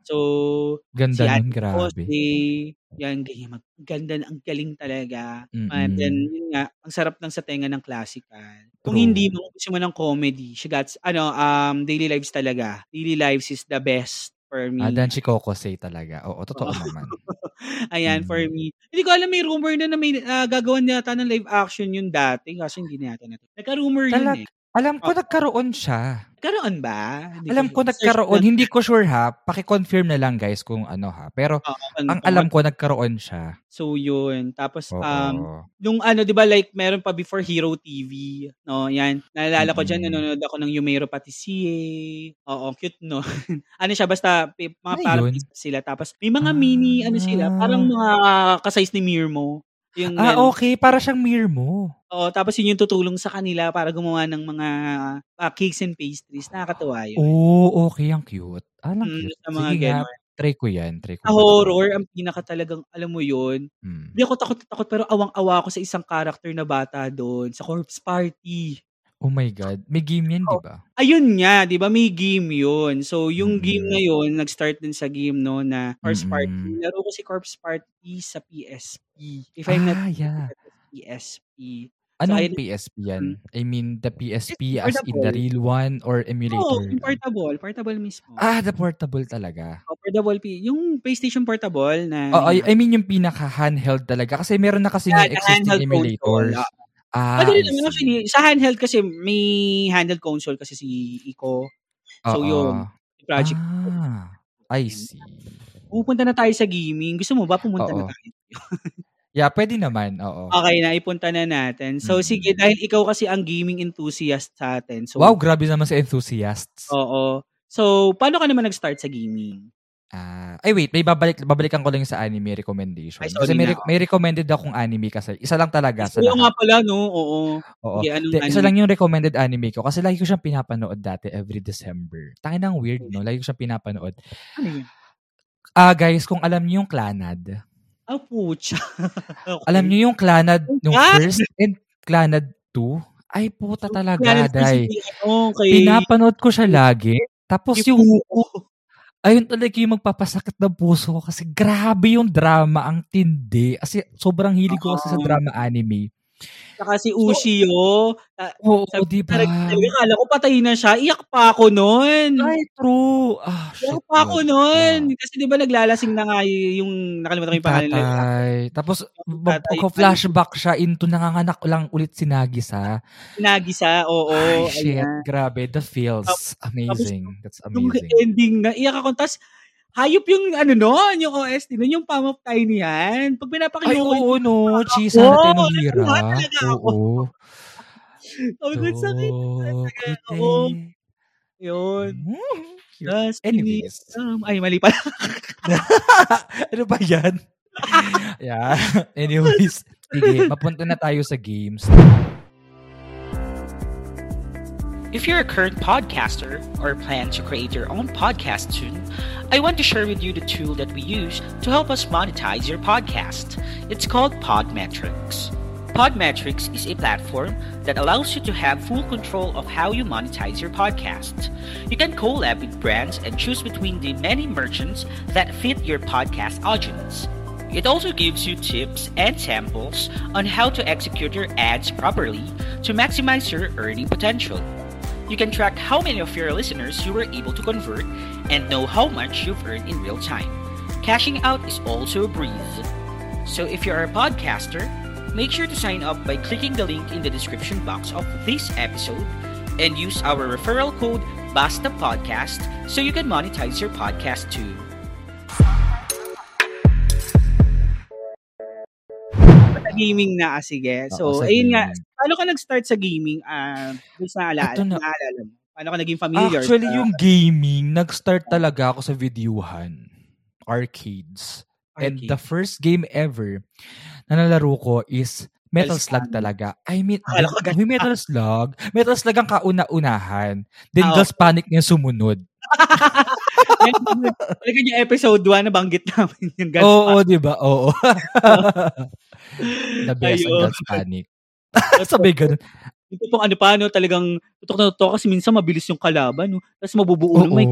[SPEAKER 3] So, si
[SPEAKER 2] ganda
[SPEAKER 3] Ate
[SPEAKER 2] nun, grabe.
[SPEAKER 3] Jose, yan, ganyan, mag, ganda, ang galing talaga. And then,
[SPEAKER 2] Mm-mm.
[SPEAKER 3] yun nga, ang sarap ng sa tenga ng classical. Kung
[SPEAKER 2] True.
[SPEAKER 3] hindi mo gusto mo ng comedy, Shigats, ano, um, Daily Lives talaga. Daily Lives is the best for
[SPEAKER 2] Ah,
[SPEAKER 3] me. Oh.
[SPEAKER 2] Dan Shikokosei talaga. Oo, totoo naman.
[SPEAKER 3] Ayan, for
[SPEAKER 2] Mm.
[SPEAKER 3] me. Hindi ko alam, may rumor na na may ah, gagawan yata ng live action yun dati kasi hindi na yata natin. Nagka-rumor yun
[SPEAKER 2] Talag,
[SPEAKER 3] eh.
[SPEAKER 2] alam
[SPEAKER 3] Oo.
[SPEAKER 2] ko nagkaroon siya.
[SPEAKER 3] Nagkaroon ba? Hindi
[SPEAKER 2] Alam ko
[SPEAKER 3] sure. Search ko ano
[SPEAKER 2] nagkaroon.
[SPEAKER 3] lang.
[SPEAKER 2] Hindi ko sure ha. Paki-confirm na lang guys kung ano ha. Pero
[SPEAKER 3] Oo, confirm.
[SPEAKER 2] ang alam ko nagkaroon siya.
[SPEAKER 3] So yun, tapos ano. um
[SPEAKER 2] Oo.
[SPEAKER 3] nung ano 'di ba like meron pa before Hero TV, no? Yan. Naalala ko diyan
[SPEAKER 2] Mm-mm.
[SPEAKER 3] nanonood ako ng Yumero Patisie. Oo, cute no. ano siya basta pi- mga
[SPEAKER 2] Ano
[SPEAKER 3] parang
[SPEAKER 2] yun?
[SPEAKER 3] pieces sila tapos may mga mini ano sila, parang
[SPEAKER 2] Ah.
[SPEAKER 3] mga kasize ni Mirmo. Yung
[SPEAKER 2] Ah,
[SPEAKER 3] ganun.
[SPEAKER 2] okay. Para siyang mirror mo.
[SPEAKER 3] Oo, tapos yun yung tutulong sa kanila para gumawa ng mga ah, cakes and pastries. Nakakatuwa yun.
[SPEAKER 2] Oo, Oh, okay. Ang cute. Ah, ang
[SPEAKER 3] Mm,
[SPEAKER 2] cute.
[SPEAKER 3] sa mga
[SPEAKER 2] Sige nga.
[SPEAKER 3] ganun.
[SPEAKER 2] Try ko yan. Try ko
[SPEAKER 3] Sa
[SPEAKER 2] manood.
[SPEAKER 3] horror, ang pinaka talagang, alam mo yun,
[SPEAKER 2] Mm.
[SPEAKER 3] Hindi ako takot na takot pero awang-awa ako sa isang character na bata doon sa corpse party.
[SPEAKER 2] Oh my God. May game yan, di
[SPEAKER 3] Oh.
[SPEAKER 2] ba?
[SPEAKER 3] Ayun nga, 'di ba? May game 'yun. So yung game
[SPEAKER 2] Mm-mm.
[SPEAKER 3] na 'yun, nag-start din sa game no na corpse party.
[SPEAKER 2] Mm-mm.
[SPEAKER 3] Laro ko si corpse party sa PSP. If I'm not
[SPEAKER 2] Ah,
[SPEAKER 3] mistaken,
[SPEAKER 2] yeah.
[SPEAKER 3] sa PSP. So
[SPEAKER 2] Anong
[SPEAKER 3] ayun
[SPEAKER 2] PSP
[SPEAKER 3] Mm.
[SPEAKER 2] yan? I mean, the PSP as in the
[SPEAKER 3] portable. Oh,
[SPEAKER 2] real one or
[SPEAKER 3] Oo,
[SPEAKER 2] emulator
[SPEAKER 3] yung
[SPEAKER 2] lang?
[SPEAKER 3] portable, portable mismo.
[SPEAKER 2] Ah, the portable talaga.
[SPEAKER 3] Oh, portable P. Yung PlayStation portable na
[SPEAKER 2] Oo, I
[SPEAKER 3] hinahanap.
[SPEAKER 2] I mean yung pinaka-handheld talaga. Kasi meron na kasi
[SPEAKER 3] Mm-hmm. Yeah,
[SPEAKER 2] yung
[SPEAKER 3] the
[SPEAKER 2] existing
[SPEAKER 3] handheld console.
[SPEAKER 2] emulators.
[SPEAKER 3] ah.
[SPEAKER 2] Ah,
[SPEAKER 3] Pwede rin
[SPEAKER 2] I
[SPEAKER 3] naman
[SPEAKER 2] see.
[SPEAKER 3] actually. Sa handheld kasi, may handheld console kasi si Ico. So,
[SPEAKER 2] Oo.
[SPEAKER 3] yun. Project.
[SPEAKER 2] Ah,
[SPEAKER 3] Mm.
[SPEAKER 2] I see.
[SPEAKER 3] Pupunta na tayo sa gaming. Gusto mo ba pumunta na
[SPEAKER 2] Oo.
[SPEAKER 3] tayo?
[SPEAKER 2] Yeah, pwede naman. Oo.
[SPEAKER 3] Okay na, ipunta na natin. So,
[SPEAKER 2] Mm.
[SPEAKER 3] sige, dahil ikaw kasi ang gaming enthusiast sa atin. So, Oh.
[SPEAKER 2] wow, grabe naman sa enthusiasts.
[SPEAKER 3] Oo. So, paano ka naman nag-start sa gaming?
[SPEAKER 2] Ah, ay wait, may babalik babalikan ko lang yung sa anime recommendation.
[SPEAKER 3] Ay, sorry
[SPEAKER 2] Kasi may,
[SPEAKER 3] na,
[SPEAKER 2] re- may recommended akong anime kasi isa lang talaga sa
[SPEAKER 3] Oo nga
[SPEAKER 2] lahat.
[SPEAKER 3] pala, no? Oo.
[SPEAKER 2] Oo.
[SPEAKER 3] Sige, anong ano
[SPEAKER 2] Hindi, isa
[SPEAKER 3] anime?
[SPEAKER 2] lang yung recommended anime ko kasi lagi ko siyang pinapanood dati every December. Tangin ang weird,
[SPEAKER 3] Hmm.
[SPEAKER 2] no? Lagi ko siyang pinapanood.
[SPEAKER 3] Ano
[SPEAKER 2] eh.
[SPEAKER 3] yun?
[SPEAKER 2] Ah, guys, kung alam niyo yung Clanad,
[SPEAKER 3] Ah, pucha. Okay.
[SPEAKER 2] alam niyo yung Clanad nung
[SPEAKER 3] Ah!
[SPEAKER 2] first and Clanad 2, ay puta talaga,
[SPEAKER 3] Planet of the
[SPEAKER 2] day.
[SPEAKER 3] Sea, ano, kay
[SPEAKER 2] Pinapanood ko siya lagi. Tapos
[SPEAKER 3] kay
[SPEAKER 2] yung
[SPEAKER 3] Puko.
[SPEAKER 2] ayun talaga yung magpapasakit ng puso ko kasi grabe yung drama, ang tindi. Kasi sobrang hilig ko kasi sa
[SPEAKER 3] Oo.
[SPEAKER 2] drama anime.
[SPEAKER 3] Saka si Ushio.
[SPEAKER 2] Oo,
[SPEAKER 3] Sabi
[SPEAKER 2] di ba?
[SPEAKER 3] Talaga, talaga, kala ko patay na siya. Iyak pa ako nun.
[SPEAKER 2] Ay, true. Ah, shit.
[SPEAKER 3] Iyak pa ako
[SPEAKER 2] dude.
[SPEAKER 3] nun. Kasi di ba naglalasing na nga y- yung nakalimutan ko yung pangalan nila.
[SPEAKER 2] Tatay. Tapos, mag-
[SPEAKER 3] tatay.
[SPEAKER 2] pagka-flashback siya into nanganganak lang ulit si Nagisa.
[SPEAKER 3] Nagisa, oo.
[SPEAKER 2] Ay, shit.
[SPEAKER 3] ayan.
[SPEAKER 2] Grabe. The feels. Amazing. That's
[SPEAKER 3] Yung
[SPEAKER 2] amazing.
[SPEAKER 3] ending na, iyak ako. Tapos, hayop yung ano nun, yung OST nun, yung Palm of Time niyan. Pag
[SPEAKER 2] Ay,
[SPEAKER 3] pinapakinggan ko,
[SPEAKER 2] oo, no. Chisa
[SPEAKER 3] Oo,
[SPEAKER 2] na tayo ng hira.
[SPEAKER 3] nakuha talaga ako.
[SPEAKER 2] Oo.
[SPEAKER 3] sabi ko, sakit.
[SPEAKER 2] Dokite.
[SPEAKER 3] Oo. Yun.
[SPEAKER 2] Mm.
[SPEAKER 3] Tapos,
[SPEAKER 2] Anyways.
[SPEAKER 3] Um, ay, mali pala.
[SPEAKER 2] ano ba yan? yeah. Anyways, sige, mapunta na tayo sa games.
[SPEAKER 4] If you're a current podcaster or plan to create your own podcast soon, I want to share with you the tool that we use to help us monetize your podcast. It's called Podmetrics. Podmetrics is a platform that allows you to have full control of how you monetize your podcast. You can collab with brands and choose between the many merchants that fit your podcast audience. It also gives you tips and samples on how to execute your ads properly to maximize your earning potential. You can track how many of your listeners you were able to convert and know how much you've earned in real time. Cashing out is also a breeze. So if you are a podcaster, make sure to sign up by clicking the link in the description box of this episode and use our referral code BASTA Podcast so you can monetize your podcast too.
[SPEAKER 3] Sa gaming na, ah, sige. So,
[SPEAKER 2] Oo, sa
[SPEAKER 3] ayun nga.
[SPEAKER 2] gaming.
[SPEAKER 3] Paano ka nag-start sa gaming? Ah, doon sa ala-
[SPEAKER 2] Ito na.
[SPEAKER 3] naalala mo. Paano ka naging familiar?
[SPEAKER 2] Actually,
[SPEAKER 3] sa-
[SPEAKER 2] yung gaming, nag-start talaga ako sa videohan. Arcades. And
[SPEAKER 3] Arcade?
[SPEAKER 2] the first game ever na nalaro ko is Metal
[SPEAKER 3] Metal Slug.
[SPEAKER 2] Slug talaga. I mean,
[SPEAKER 3] Akala ko
[SPEAKER 2] may Metal Slug. Metal Slug ang kauna-unahan. Then,
[SPEAKER 3] Ah,
[SPEAKER 2] Gas Panic yung sumunod.
[SPEAKER 3] Talaga yung episode 1, nabanggit namin yung God's
[SPEAKER 2] Oo, di ba? Oo. The best ang
[SPEAKER 3] Ayun.
[SPEAKER 2] Gas Panic. Sabi ganun.
[SPEAKER 3] Ito pong ano pa, no, talagang tutok na tutok kasi minsan mabilis yung kalaban. No? Tapos mabubuo
[SPEAKER 2] Oo.
[SPEAKER 3] naman. May,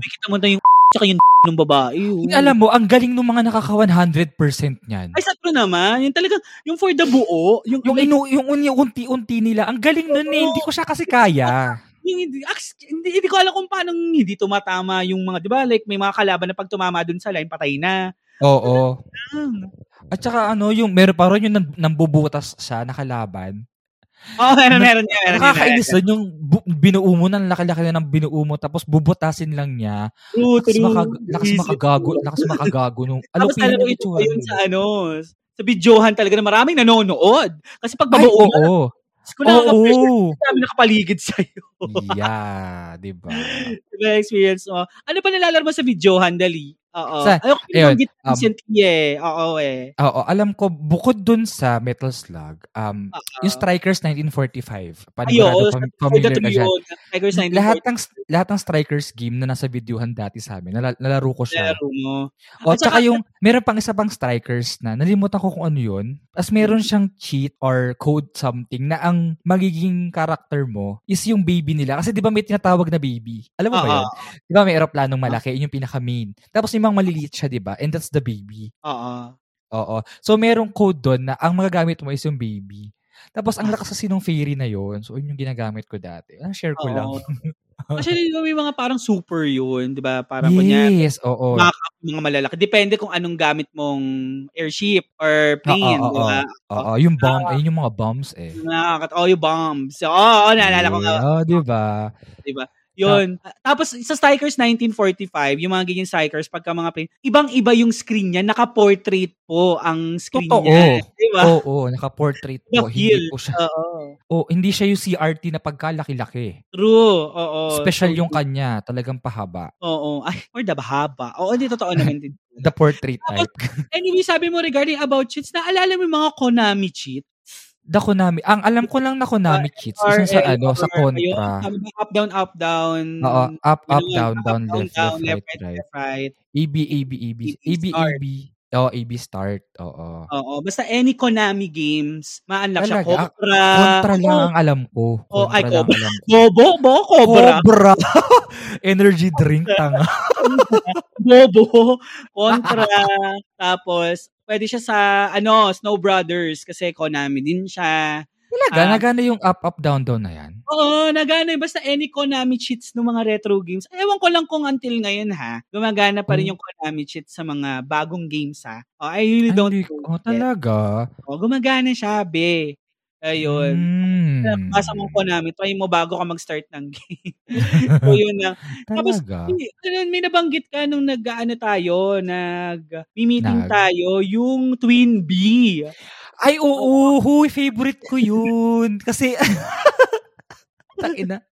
[SPEAKER 3] may kita mo na yung tsaka yung ng babae. oh.
[SPEAKER 2] Yung alam mo, ang galing ng mga nakaka-100% niyan.
[SPEAKER 3] Ay, sa true naman. Yung talagang, yung for the buo, yung,
[SPEAKER 2] Yung, inu, yung uni, unti-unti nila, ang galing nun eh. Hindi ko siya kasi kaya.
[SPEAKER 3] yung hindi, aks- hindi, hindi ko alam kung paano hindi tumatama yung mga, di ba, like, may mga kalaban na pag tumama dun sa line, patay na.
[SPEAKER 2] Oo.
[SPEAKER 3] Hmm.
[SPEAKER 2] At saka ano, yung meron pa rin yung nam- nambubutas siya, nakalaban.
[SPEAKER 3] Oh, meron, meron, niya, meron. niya, meron.
[SPEAKER 2] Nakakainis doon yung bu- binuo mo na, laki-laki na ng binuo mo, tapos bubutasin lang niya.
[SPEAKER 3] True,
[SPEAKER 2] Lakas,
[SPEAKER 3] true.
[SPEAKER 2] maka, lakas
[SPEAKER 3] Easy.
[SPEAKER 2] makagago, lakas makagago nung,
[SPEAKER 3] Tapos
[SPEAKER 2] alupin
[SPEAKER 3] alam mo,
[SPEAKER 2] yung
[SPEAKER 3] ito
[SPEAKER 2] itsura.
[SPEAKER 3] pa yun
[SPEAKER 2] nila.
[SPEAKER 3] sa ano, sa videohan talaga na maraming nanonood. Kasi pag
[SPEAKER 2] Ay,
[SPEAKER 3] babuo,
[SPEAKER 2] oo.
[SPEAKER 3] kung nakaka-pressure,
[SPEAKER 2] Oo.
[SPEAKER 3] dami nakapaligid sa'yo.
[SPEAKER 2] Yeah, di ba?
[SPEAKER 3] Diba, experience mo. Ano pa nilalaro mo sa videohan, Dali? Oo.
[SPEAKER 2] Sa-
[SPEAKER 3] Ayoko
[SPEAKER 2] ayun,
[SPEAKER 3] pinanggit
[SPEAKER 2] um,
[SPEAKER 3] recently eh. Oo eh.
[SPEAKER 2] Oo, alam ko, bukod dun sa Metal Slug, um,
[SPEAKER 3] Oo.
[SPEAKER 2] yung Strikers 1945,
[SPEAKER 3] Ah. Ay, oo. sa- for
[SPEAKER 2] panigurado pam-
[SPEAKER 3] the
[SPEAKER 2] familiar ka
[SPEAKER 3] three
[SPEAKER 2] dyan.
[SPEAKER 3] yun. Tigers 94
[SPEAKER 2] lahat ng lahat ng strikers game na nasa videohan dati sa amin, nala- nalaro ko siya.
[SPEAKER 3] nilalaro mo.
[SPEAKER 2] O
[SPEAKER 3] At saka-
[SPEAKER 2] Oh, tsaka yung meron pang isa pang strikers na nalimutan ko kung ano yun. Tapos meron siyang cheat or code something na ang magiging karakter mo is yung baby nila. Kasi 'di ba may tinatawag na baby? Alam mo Ano ba
[SPEAKER 3] Oo.
[SPEAKER 2] yun? 'Di ba may eroplanong malaki, yun yung pinaka main. Tapos yung mga maliliit siya, 'di ba? And that's the baby.
[SPEAKER 3] Oo.
[SPEAKER 2] Oo. So merong code doon na ang magagamit mo is yung baby. Tapos ang lakas kasi nung fairy na yun. So yun yung ginagamit ko dati. Ah, share ko
[SPEAKER 3] Oo.
[SPEAKER 2] lang.
[SPEAKER 3] Actually, di ba may mga diba? parang super yun, di ba? Parang kunya,
[SPEAKER 2] yes, oo.
[SPEAKER 3] makaka mga malalaki. Depende kung anong gamit mong airship or plane,
[SPEAKER 2] Oo, oo,
[SPEAKER 3] di ba?
[SPEAKER 2] Oo, yung bomb,
[SPEAKER 3] Ah.
[SPEAKER 2] ayun yung mga bombs eh.
[SPEAKER 3] Nakakatawa. Oh, yung bombs. Oo, oh, naalala ko nga.
[SPEAKER 2] Yeah, oh, di ba?
[SPEAKER 3] Yun. Tapos, sa Strikers 1945, yung mga giging Strikers, pagka mga plane, ibang-iba yung screen niya. Naka-portrait po ang screen
[SPEAKER 2] Totoo.
[SPEAKER 3] niya. Di ba?
[SPEAKER 2] Oo, oh, naka-portrait po. Hindi
[SPEAKER 3] Nakil.
[SPEAKER 2] po siya.
[SPEAKER 3] Oo.
[SPEAKER 2] Oh, hindi siya yung CRT na pagkalaki-laki.
[SPEAKER 3] True. Oo.
[SPEAKER 2] Special
[SPEAKER 3] True.
[SPEAKER 2] yung kanya, talagang pahaba.
[SPEAKER 3] Oo. Ay, or the haba. Oo, hindi totoo naman din.
[SPEAKER 2] The portrait type.
[SPEAKER 3] Anyway, sabi mo regarding about cheats, naalala mo yung mga Konami cheat?
[SPEAKER 2] The Konami. Ang alam ko lang na Konami cheats, isa sa
[SPEAKER 3] RL,
[SPEAKER 2] ano, sa
[SPEAKER 3] or ayun,
[SPEAKER 2] kontra.
[SPEAKER 3] tama ba? up, down, up, down.
[SPEAKER 2] Oo, up, up,
[SPEAKER 3] Ganun,
[SPEAKER 2] down, down,
[SPEAKER 3] Ano down,
[SPEAKER 2] left,
[SPEAKER 3] down,
[SPEAKER 2] left, right, right. E
[SPEAKER 3] left, right.
[SPEAKER 2] AB, AB, AB. AB,
[SPEAKER 3] AB start.
[SPEAKER 2] AB. E Oo, AB start. Oo.
[SPEAKER 3] Oo. Basta any Konami games, ma-unlock siya.
[SPEAKER 2] Talaga?
[SPEAKER 3] Cobra.
[SPEAKER 2] Kontra lang
[SPEAKER 3] Oo,
[SPEAKER 2] ang alam ko.
[SPEAKER 3] Ah, Oh,
[SPEAKER 2] Kontra
[SPEAKER 3] ay,
[SPEAKER 2] lang ang alam ko.
[SPEAKER 3] Bobo, bo, Cobra.
[SPEAKER 2] Cobra. Energy drink, tanga.
[SPEAKER 3] Bobo. Contra. Tapos, pwede siya sa, ano, Snow Brothers kasi Konami din siya.
[SPEAKER 2] Talaga,
[SPEAKER 3] Ah.
[SPEAKER 2] nagana yung up, up, down, down na yan.
[SPEAKER 3] Oo, nagana. Basta any Konami cheats ng mga retro games. Ay, Ewan ko lang kung until ngayon ha, gumagana
[SPEAKER 2] Hmm.
[SPEAKER 3] pa rin yung Konami cheats sa mga bagong games ha. Oh, I really don't
[SPEAKER 2] Ay,
[SPEAKER 3] know
[SPEAKER 2] Oh,
[SPEAKER 3] yet.
[SPEAKER 2] talaga.
[SPEAKER 3] Oh, gumagana siya, be. Ayun.
[SPEAKER 2] Mm.
[SPEAKER 3] Basa mo Konami, try mo bago ka mag-start ng game. so, yun lang. Tapos,
[SPEAKER 2] Talaga.
[SPEAKER 3] May, ayun, may nabanggit ka nung nag-ano tayo, nag may meeting
[SPEAKER 2] Nag-
[SPEAKER 3] tayo, yung Twin B.
[SPEAKER 2] Ay, oo, huy, favorite ko yun. Kasi, Tangina.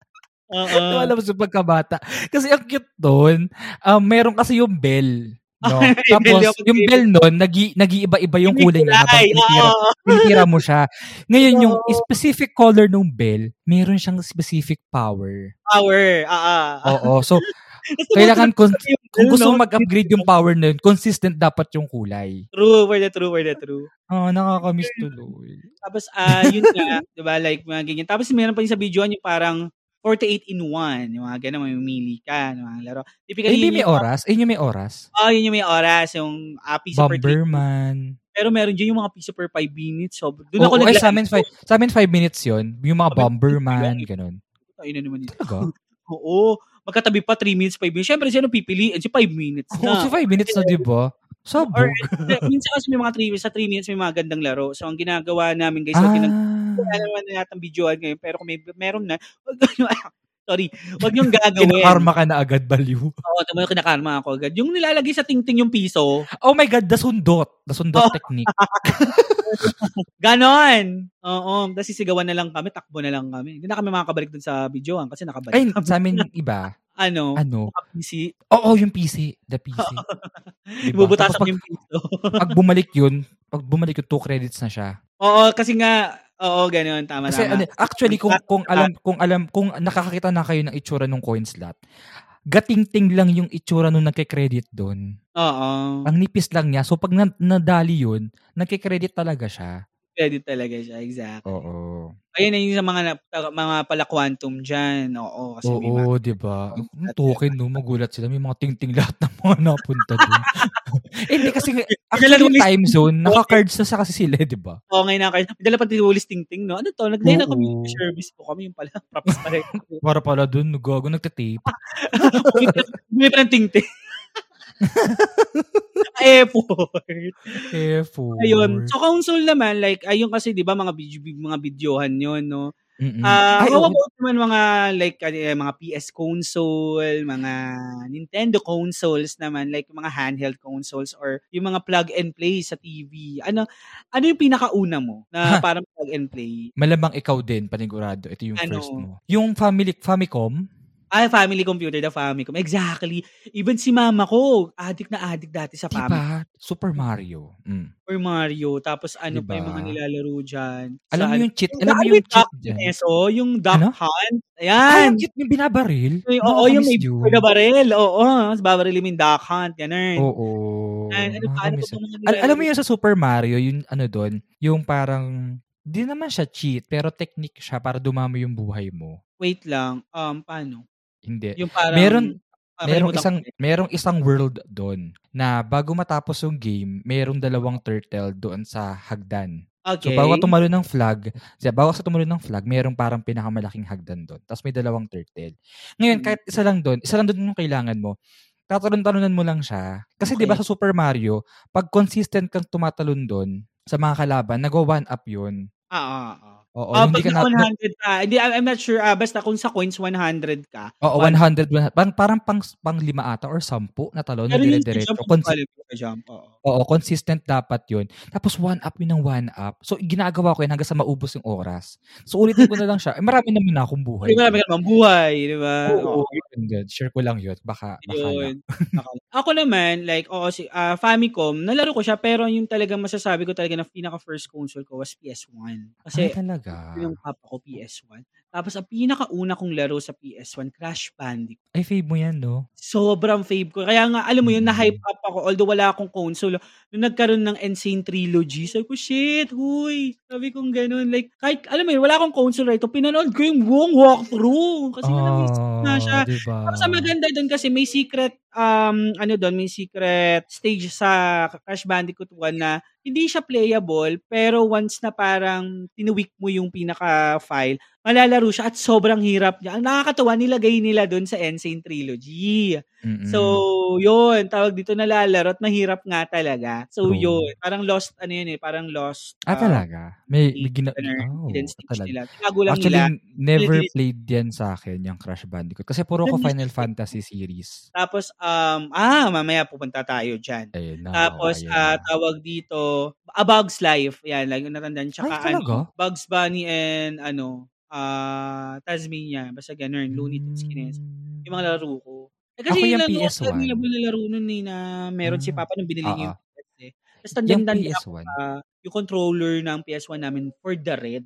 [SPEAKER 3] Oo.
[SPEAKER 2] Hindi ko alam sa pagkabata. Kasi ang cute doon, um, meron kasi yung bell. No?
[SPEAKER 3] Ay, bell
[SPEAKER 2] Tapos,
[SPEAKER 3] yung
[SPEAKER 2] yung bell nun, nagi, nag-iiba-iba yung kulay niya. Habang
[SPEAKER 3] Ay,
[SPEAKER 2] tinitira,
[SPEAKER 3] oo.
[SPEAKER 2] tinitira mo siya. Ngayon, yung
[SPEAKER 3] Ah. Oo.
[SPEAKER 2] specific color ng bell, meron siyang specific power.
[SPEAKER 3] Power. Ah, ah.
[SPEAKER 2] Oo.
[SPEAKER 3] Gusto
[SPEAKER 2] So,
[SPEAKER 3] mo
[SPEAKER 2] Oh, kailangan, kung,
[SPEAKER 3] yung bell,
[SPEAKER 2] kung gusto
[SPEAKER 3] no?
[SPEAKER 2] mong mag-upgrade yung power nun, consistent dapat yung kulay.
[SPEAKER 3] True, where the true, where the true.
[SPEAKER 2] Oh, nakakamiss tuloy.
[SPEAKER 3] Tapos, ah, yun nga, di ba, like, mga ganyan. Tapos, meron pa yung sa video yung parang 48 in 1. Yung mga ganun, mamimili ka, yung mga laro. Typically,
[SPEAKER 2] Eh, Hindi may
[SPEAKER 3] yung-
[SPEAKER 2] oras. Inyo may oras.
[SPEAKER 3] Oh, yun yung may oras, yung uh, piece of per
[SPEAKER 2] Bomberman.
[SPEAKER 3] Pero meron dyan yung mga piece of per 5 minutes. So, doon
[SPEAKER 2] Oo,
[SPEAKER 3] ako
[SPEAKER 2] ay,
[SPEAKER 3] naglaan.
[SPEAKER 2] sa amin, five, sa amin five minutes yun. Yung mga
[SPEAKER 3] Sabi-
[SPEAKER 2] Bomberman, ganun.
[SPEAKER 3] Ayun na naman yun.
[SPEAKER 2] Talaga?
[SPEAKER 3] Oo. Magkatabi pa 3 minutes, 5 minutes. Siyempre, sino pipiliin? Si 5 minutes
[SPEAKER 2] Oo, ah,
[SPEAKER 3] na.
[SPEAKER 2] so five minutes na, di ba? Sabog.
[SPEAKER 3] Or, minsan kasi may mga 3 minutes, sa 3 minutes may mga gandang laro. So, ang ginagawa namin, guys, so, ginagawa
[SPEAKER 2] ah,
[SPEAKER 3] naman na natin videoan ngayon, pero kung may, meron na, wag nyo- sorry, wag yung gagawin.
[SPEAKER 2] kinakarma ka na agad, baliw.
[SPEAKER 3] Oo, tama yung kinakarma ako agad. Yung nilalagay sa tingting yung piso,
[SPEAKER 2] Oh my God, dasundot. Dasundot
[SPEAKER 3] Oh.
[SPEAKER 2] technique.
[SPEAKER 3] ganon. Oo, tapos sisigawan na lang kami, takbo na lang kami. Hindi na kami makakabalik dun sa videoan kasi nakabalik.
[SPEAKER 2] Ay,
[SPEAKER 3] kami.
[SPEAKER 2] sa amin yung iba.
[SPEAKER 3] ano,
[SPEAKER 2] Ano?
[SPEAKER 3] kapisi,
[SPEAKER 2] Oo, oh, yung PC. The PC. Diba?
[SPEAKER 3] ibubutasan
[SPEAKER 2] Tapos
[SPEAKER 3] ko yung piso.
[SPEAKER 2] pag, pag bumalik yun, pag bumalik yung two credits na siya.
[SPEAKER 3] oo, kasi nga, oo, ganon, tama,
[SPEAKER 2] Kasi ano,
[SPEAKER 3] tama.
[SPEAKER 2] actually kung kung alam kung alam kung nakakakita na kayo ng itsura ng coin slot, gatingting lang yung itsura nung nagke-credit doon.
[SPEAKER 3] Oo,
[SPEAKER 2] Ang nipis lang niya. So pag na- nadali yun, nagke-credit talaga siya.
[SPEAKER 3] credit talaga siya, exact.
[SPEAKER 2] Oo.
[SPEAKER 3] Ayun na yun sa mga, nap- mga pala quantum dyan. Oo, kasi may mga
[SPEAKER 2] Oo, di ba? Ang token, no? Magulat sila. May mga tingting lahat ng mga napunta doon. Eh, Hindi kasi, actually, yung time zone, naka-cards na sa kasi sila, eh, di ba?
[SPEAKER 3] Oo, ngayon na kayo. Dala pa tinulis ting-ting, no? Ano to? Nagdala na
[SPEAKER 2] Oo.
[SPEAKER 3] community service po kami. Yung pala, props pa rin.
[SPEAKER 2] Para pala doon, gago, nagtatape.
[SPEAKER 3] Ah, Bumili pa ng ting-ting. Effort.
[SPEAKER 2] Effort.
[SPEAKER 3] Ayun. So, console naman, like, ayun kasi, di ba, mga video, mga videohan yun, no?
[SPEAKER 2] Mm-mm.
[SPEAKER 3] Ah,
[SPEAKER 2] Mm. Ay,
[SPEAKER 3] mga
[SPEAKER 2] oo.
[SPEAKER 3] about naman mga, like, eh, mga PS console, mga Nintendo consoles naman, like, mga handheld consoles or yung mga plug and play sa TV. Ano, ano yung pinakauna mo na
[SPEAKER 2] Ha.
[SPEAKER 3] parang plug and play?
[SPEAKER 2] Malamang ikaw din, panigurado. Ito yung
[SPEAKER 3] Ano?
[SPEAKER 2] first mo. Yung family, Famicom,
[SPEAKER 3] Ay, Ah, family computer, the Famicom. Exactly. Even si mama ko, adik na adik dati sa
[SPEAKER 2] di
[SPEAKER 3] Famicom
[SPEAKER 2] ba? Super Mario. Mm.
[SPEAKER 3] or Mario. Tapos ano pa
[SPEAKER 2] Diba?
[SPEAKER 3] yung mga nilalaro dyan. Sa
[SPEAKER 2] Alam mo
[SPEAKER 3] ano-
[SPEAKER 2] yung cheat? Alam mo
[SPEAKER 3] Ay,
[SPEAKER 2] yung
[SPEAKER 3] Duck
[SPEAKER 2] cheat dyan?
[SPEAKER 3] Hunt, oh, yung Duck
[SPEAKER 2] Ano?
[SPEAKER 3] Hunt.
[SPEAKER 2] Ay,
[SPEAKER 3] Ayan.
[SPEAKER 2] ang cute yung binabaril.
[SPEAKER 3] Ay, oo, yung may
[SPEAKER 2] Nakakamiss yun.
[SPEAKER 3] may baril. Oo, mas babarilin mo yung Duck Hunt. Ganun.
[SPEAKER 2] Oo.
[SPEAKER 3] Ay, ano pa? Ano
[SPEAKER 2] Nakakamiss
[SPEAKER 3] pa mga
[SPEAKER 2] Al- alam mo
[SPEAKER 3] nilalaro?
[SPEAKER 2] yun sa Super Mario, yun ano doon, yung parang, di naman siya cheat, pero technique siya para dumami yung buhay mo.
[SPEAKER 3] Wait lang. Um, paano?
[SPEAKER 2] Hindi.
[SPEAKER 3] Yung parang...
[SPEAKER 2] Meron-
[SPEAKER 3] Ah,
[SPEAKER 2] merong
[SPEAKER 3] kalimutan
[SPEAKER 2] isang,
[SPEAKER 3] ko na.
[SPEAKER 2] merong isang world doon na bago matapos yung game, merong dalawang turtle doon sa hagdan.
[SPEAKER 3] Okay.
[SPEAKER 2] So, bago tumalo ng flag, siya, bago sa tumalo ng flag, merong parang pinakamalaking hagdan doon. Tapos may dalawang turtle.
[SPEAKER 3] Mm.
[SPEAKER 2] Ngayon, kahit isa lang doon, isa lang doon yung kailangan mo, tatalon-talonan mo lang siya. Kasi di ba sa Super Mario, pag consistent kang tumatalon doon sa mga kalaban, nag-one up yun.
[SPEAKER 3] Ah, ah, ah.
[SPEAKER 2] Oo,
[SPEAKER 3] Ah,
[SPEAKER 2] Oh,
[SPEAKER 3] pag
[SPEAKER 2] hindi ka na,
[SPEAKER 3] na 100 ka, hindi, I'm I'm not sure, ah, basta kung sa coins 100 ka.
[SPEAKER 2] Oo, 100, 100 parang, parang pang, pang lima ata or sampu na talon na
[SPEAKER 3] Pero yung
[SPEAKER 2] dire-diretso.
[SPEAKER 3] jump,
[SPEAKER 2] Consi-
[SPEAKER 3] quality ka jump, oo.
[SPEAKER 2] Oo, consistent dapat yun. Tapos one up yun ng one up. So, ginagawa ko yun hanggang sa maubos yung oras. So, ulitin ko na lang siya. Eh, marami naman na akong buhay.
[SPEAKER 3] Hindi marami ka naman buhay, di ba?
[SPEAKER 2] Oo, yun din. Share ko lang yun. Baka, baka
[SPEAKER 3] Yun. Akala- ako naman, like, oo, si, ah, Famicom, nalaro ko siya, pero yung talagang masasabi ko talaga na pinaka-first console ko was PS1.
[SPEAKER 2] Ay,
[SPEAKER 3] Kasi,
[SPEAKER 2] Ah, talaga.
[SPEAKER 3] yung papa ko, PS1. Tapos, ang pinakauna kong laro sa PS1, Crash Bandicoot.
[SPEAKER 2] Ay, fave mo yan, no?
[SPEAKER 3] sobrang fave ko. Kaya nga, alam mo yun,
[SPEAKER 2] Mm.
[SPEAKER 3] na-hype up ako. Although wala akong console. Nung nagkaroon ng Insane Trilogy, sabi ko, shit, huy. Sabi kong ganun. Like, kahit, alam mo yun, wala akong console right. Pinanood ko yung buong walkthrough. Kasi nga, namiss ko nga siya.
[SPEAKER 2] diba?
[SPEAKER 3] Tapos ang maganda doon kasi may secret um ano doon, may secret stage sa Crash Bandicoot 1 na hindi siya playable pero once na parang tinuwik mo yung pinaka file, malalaro siya at sobrang hirap niya. Ang nakakatawa nilagay nila doon sa Insane Trilogy.
[SPEAKER 2] Mm-mm.
[SPEAKER 3] So,
[SPEAKER 2] Mm.
[SPEAKER 3] yun, tawag dito nalalaro at mahirap nga talaga. So,
[SPEAKER 2] True.
[SPEAKER 3] yun, parang lost ano yun eh, parang lost.
[SPEAKER 2] ah,
[SPEAKER 3] um,
[SPEAKER 2] talaga? May, may
[SPEAKER 3] Hidden
[SPEAKER 2] gina-
[SPEAKER 3] Runner,
[SPEAKER 2] oh,
[SPEAKER 3] hidden stage
[SPEAKER 2] talaga.
[SPEAKER 3] nila. Tinago lang
[SPEAKER 2] Actually,
[SPEAKER 3] nila.
[SPEAKER 2] never
[SPEAKER 3] Hidden-
[SPEAKER 2] played yan sa akin, yung Crash Bandicoot. Kasi puro ko
[SPEAKER 3] Hidden
[SPEAKER 2] Final
[SPEAKER 3] stage.
[SPEAKER 2] Fantasy series.
[SPEAKER 3] Tapos, um, ah, mamaya pupunta tayo dyan.
[SPEAKER 2] Ayun na.
[SPEAKER 3] Tapos,
[SPEAKER 2] oo, ayun
[SPEAKER 3] ah,
[SPEAKER 2] na.
[SPEAKER 3] tawag dito, A Bug's Life. Yan, lagi ko natandaan. Tsaka,
[SPEAKER 2] Ay, talaga?
[SPEAKER 3] ano, Bugs Bunny and, ano, ah, Tasmania. Basta ganun, Looney Tunes, Kines.
[SPEAKER 2] Mm.
[SPEAKER 3] Yung mga laro ko. Eh,
[SPEAKER 2] Ako
[SPEAKER 3] kasi
[SPEAKER 2] yung
[SPEAKER 3] yung laro,
[SPEAKER 2] PS1.
[SPEAKER 3] Ang nila laro nun eh, na meron si
[SPEAKER 2] Ah.
[SPEAKER 3] Papa nung binili niya
[SPEAKER 2] Ah,
[SPEAKER 3] yung PS eh. Tapos,
[SPEAKER 2] Yung
[SPEAKER 3] tandaan niya ah,
[SPEAKER 2] PS1.
[SPEAKER 3] yung controller ng PS1 namin for the red.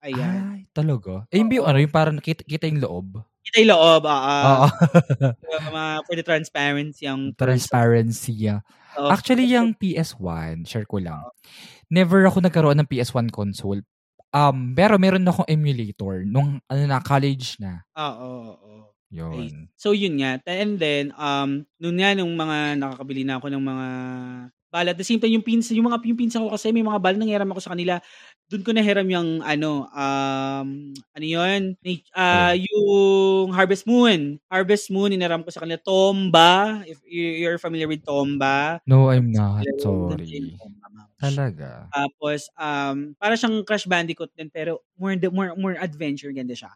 [SPEAKER 3] Ayan.
[SPEAKER 2] Ay, talaga. Eh, yung, ano, yung parang kita, kita yung loob.
[SPEAKER 3] Kita yung loob, ah, ah,
[SPEAKER 2] Oo.
[SPEAKER 3] mga- for the transparency ang
[SPEAKER 2] Transparency. yeah.
[SPEAKER 3] Oh,
[SPEAKER 2] Actually, yung PS1, share ko lang. Never ako nagkaroon ng PS1 console. Um, pero meron akong emulator nung ano na, college na.
[SPEAKER 3] Oo, Ah, oo, oo. Right.
[SPEAKER 2] Yun.
[SPEAKER 3] So yun nga. And then um noon nga nung mga nakakabili na ako ng mga balat. The same time yung pinsa, yung mga yung pinsa ko kasi may mga balat nanghiram ako sa kanila. Doon ko nahiram yung ano um ano yun? Na- ah,
[SPEAKER 2] Hmm.
[SPEAKER 3] yung Harvest Moon. Harvest Moon inaram ko sa kanila Tomba. If you- you're familiar with Tomba.
[SPEAKER 2] No, I'm not.
[SPEAKER 3] Alam mo, ganda yung
[SPEAKER 2] Sorry.
[SPEAKER 3] Tomba, ma'am.
[SPEAKER 2] Talaga.
[SPEAKER 3] Tapos um para siyang Crash Bandicoot din pero more more more adventure ganda siya.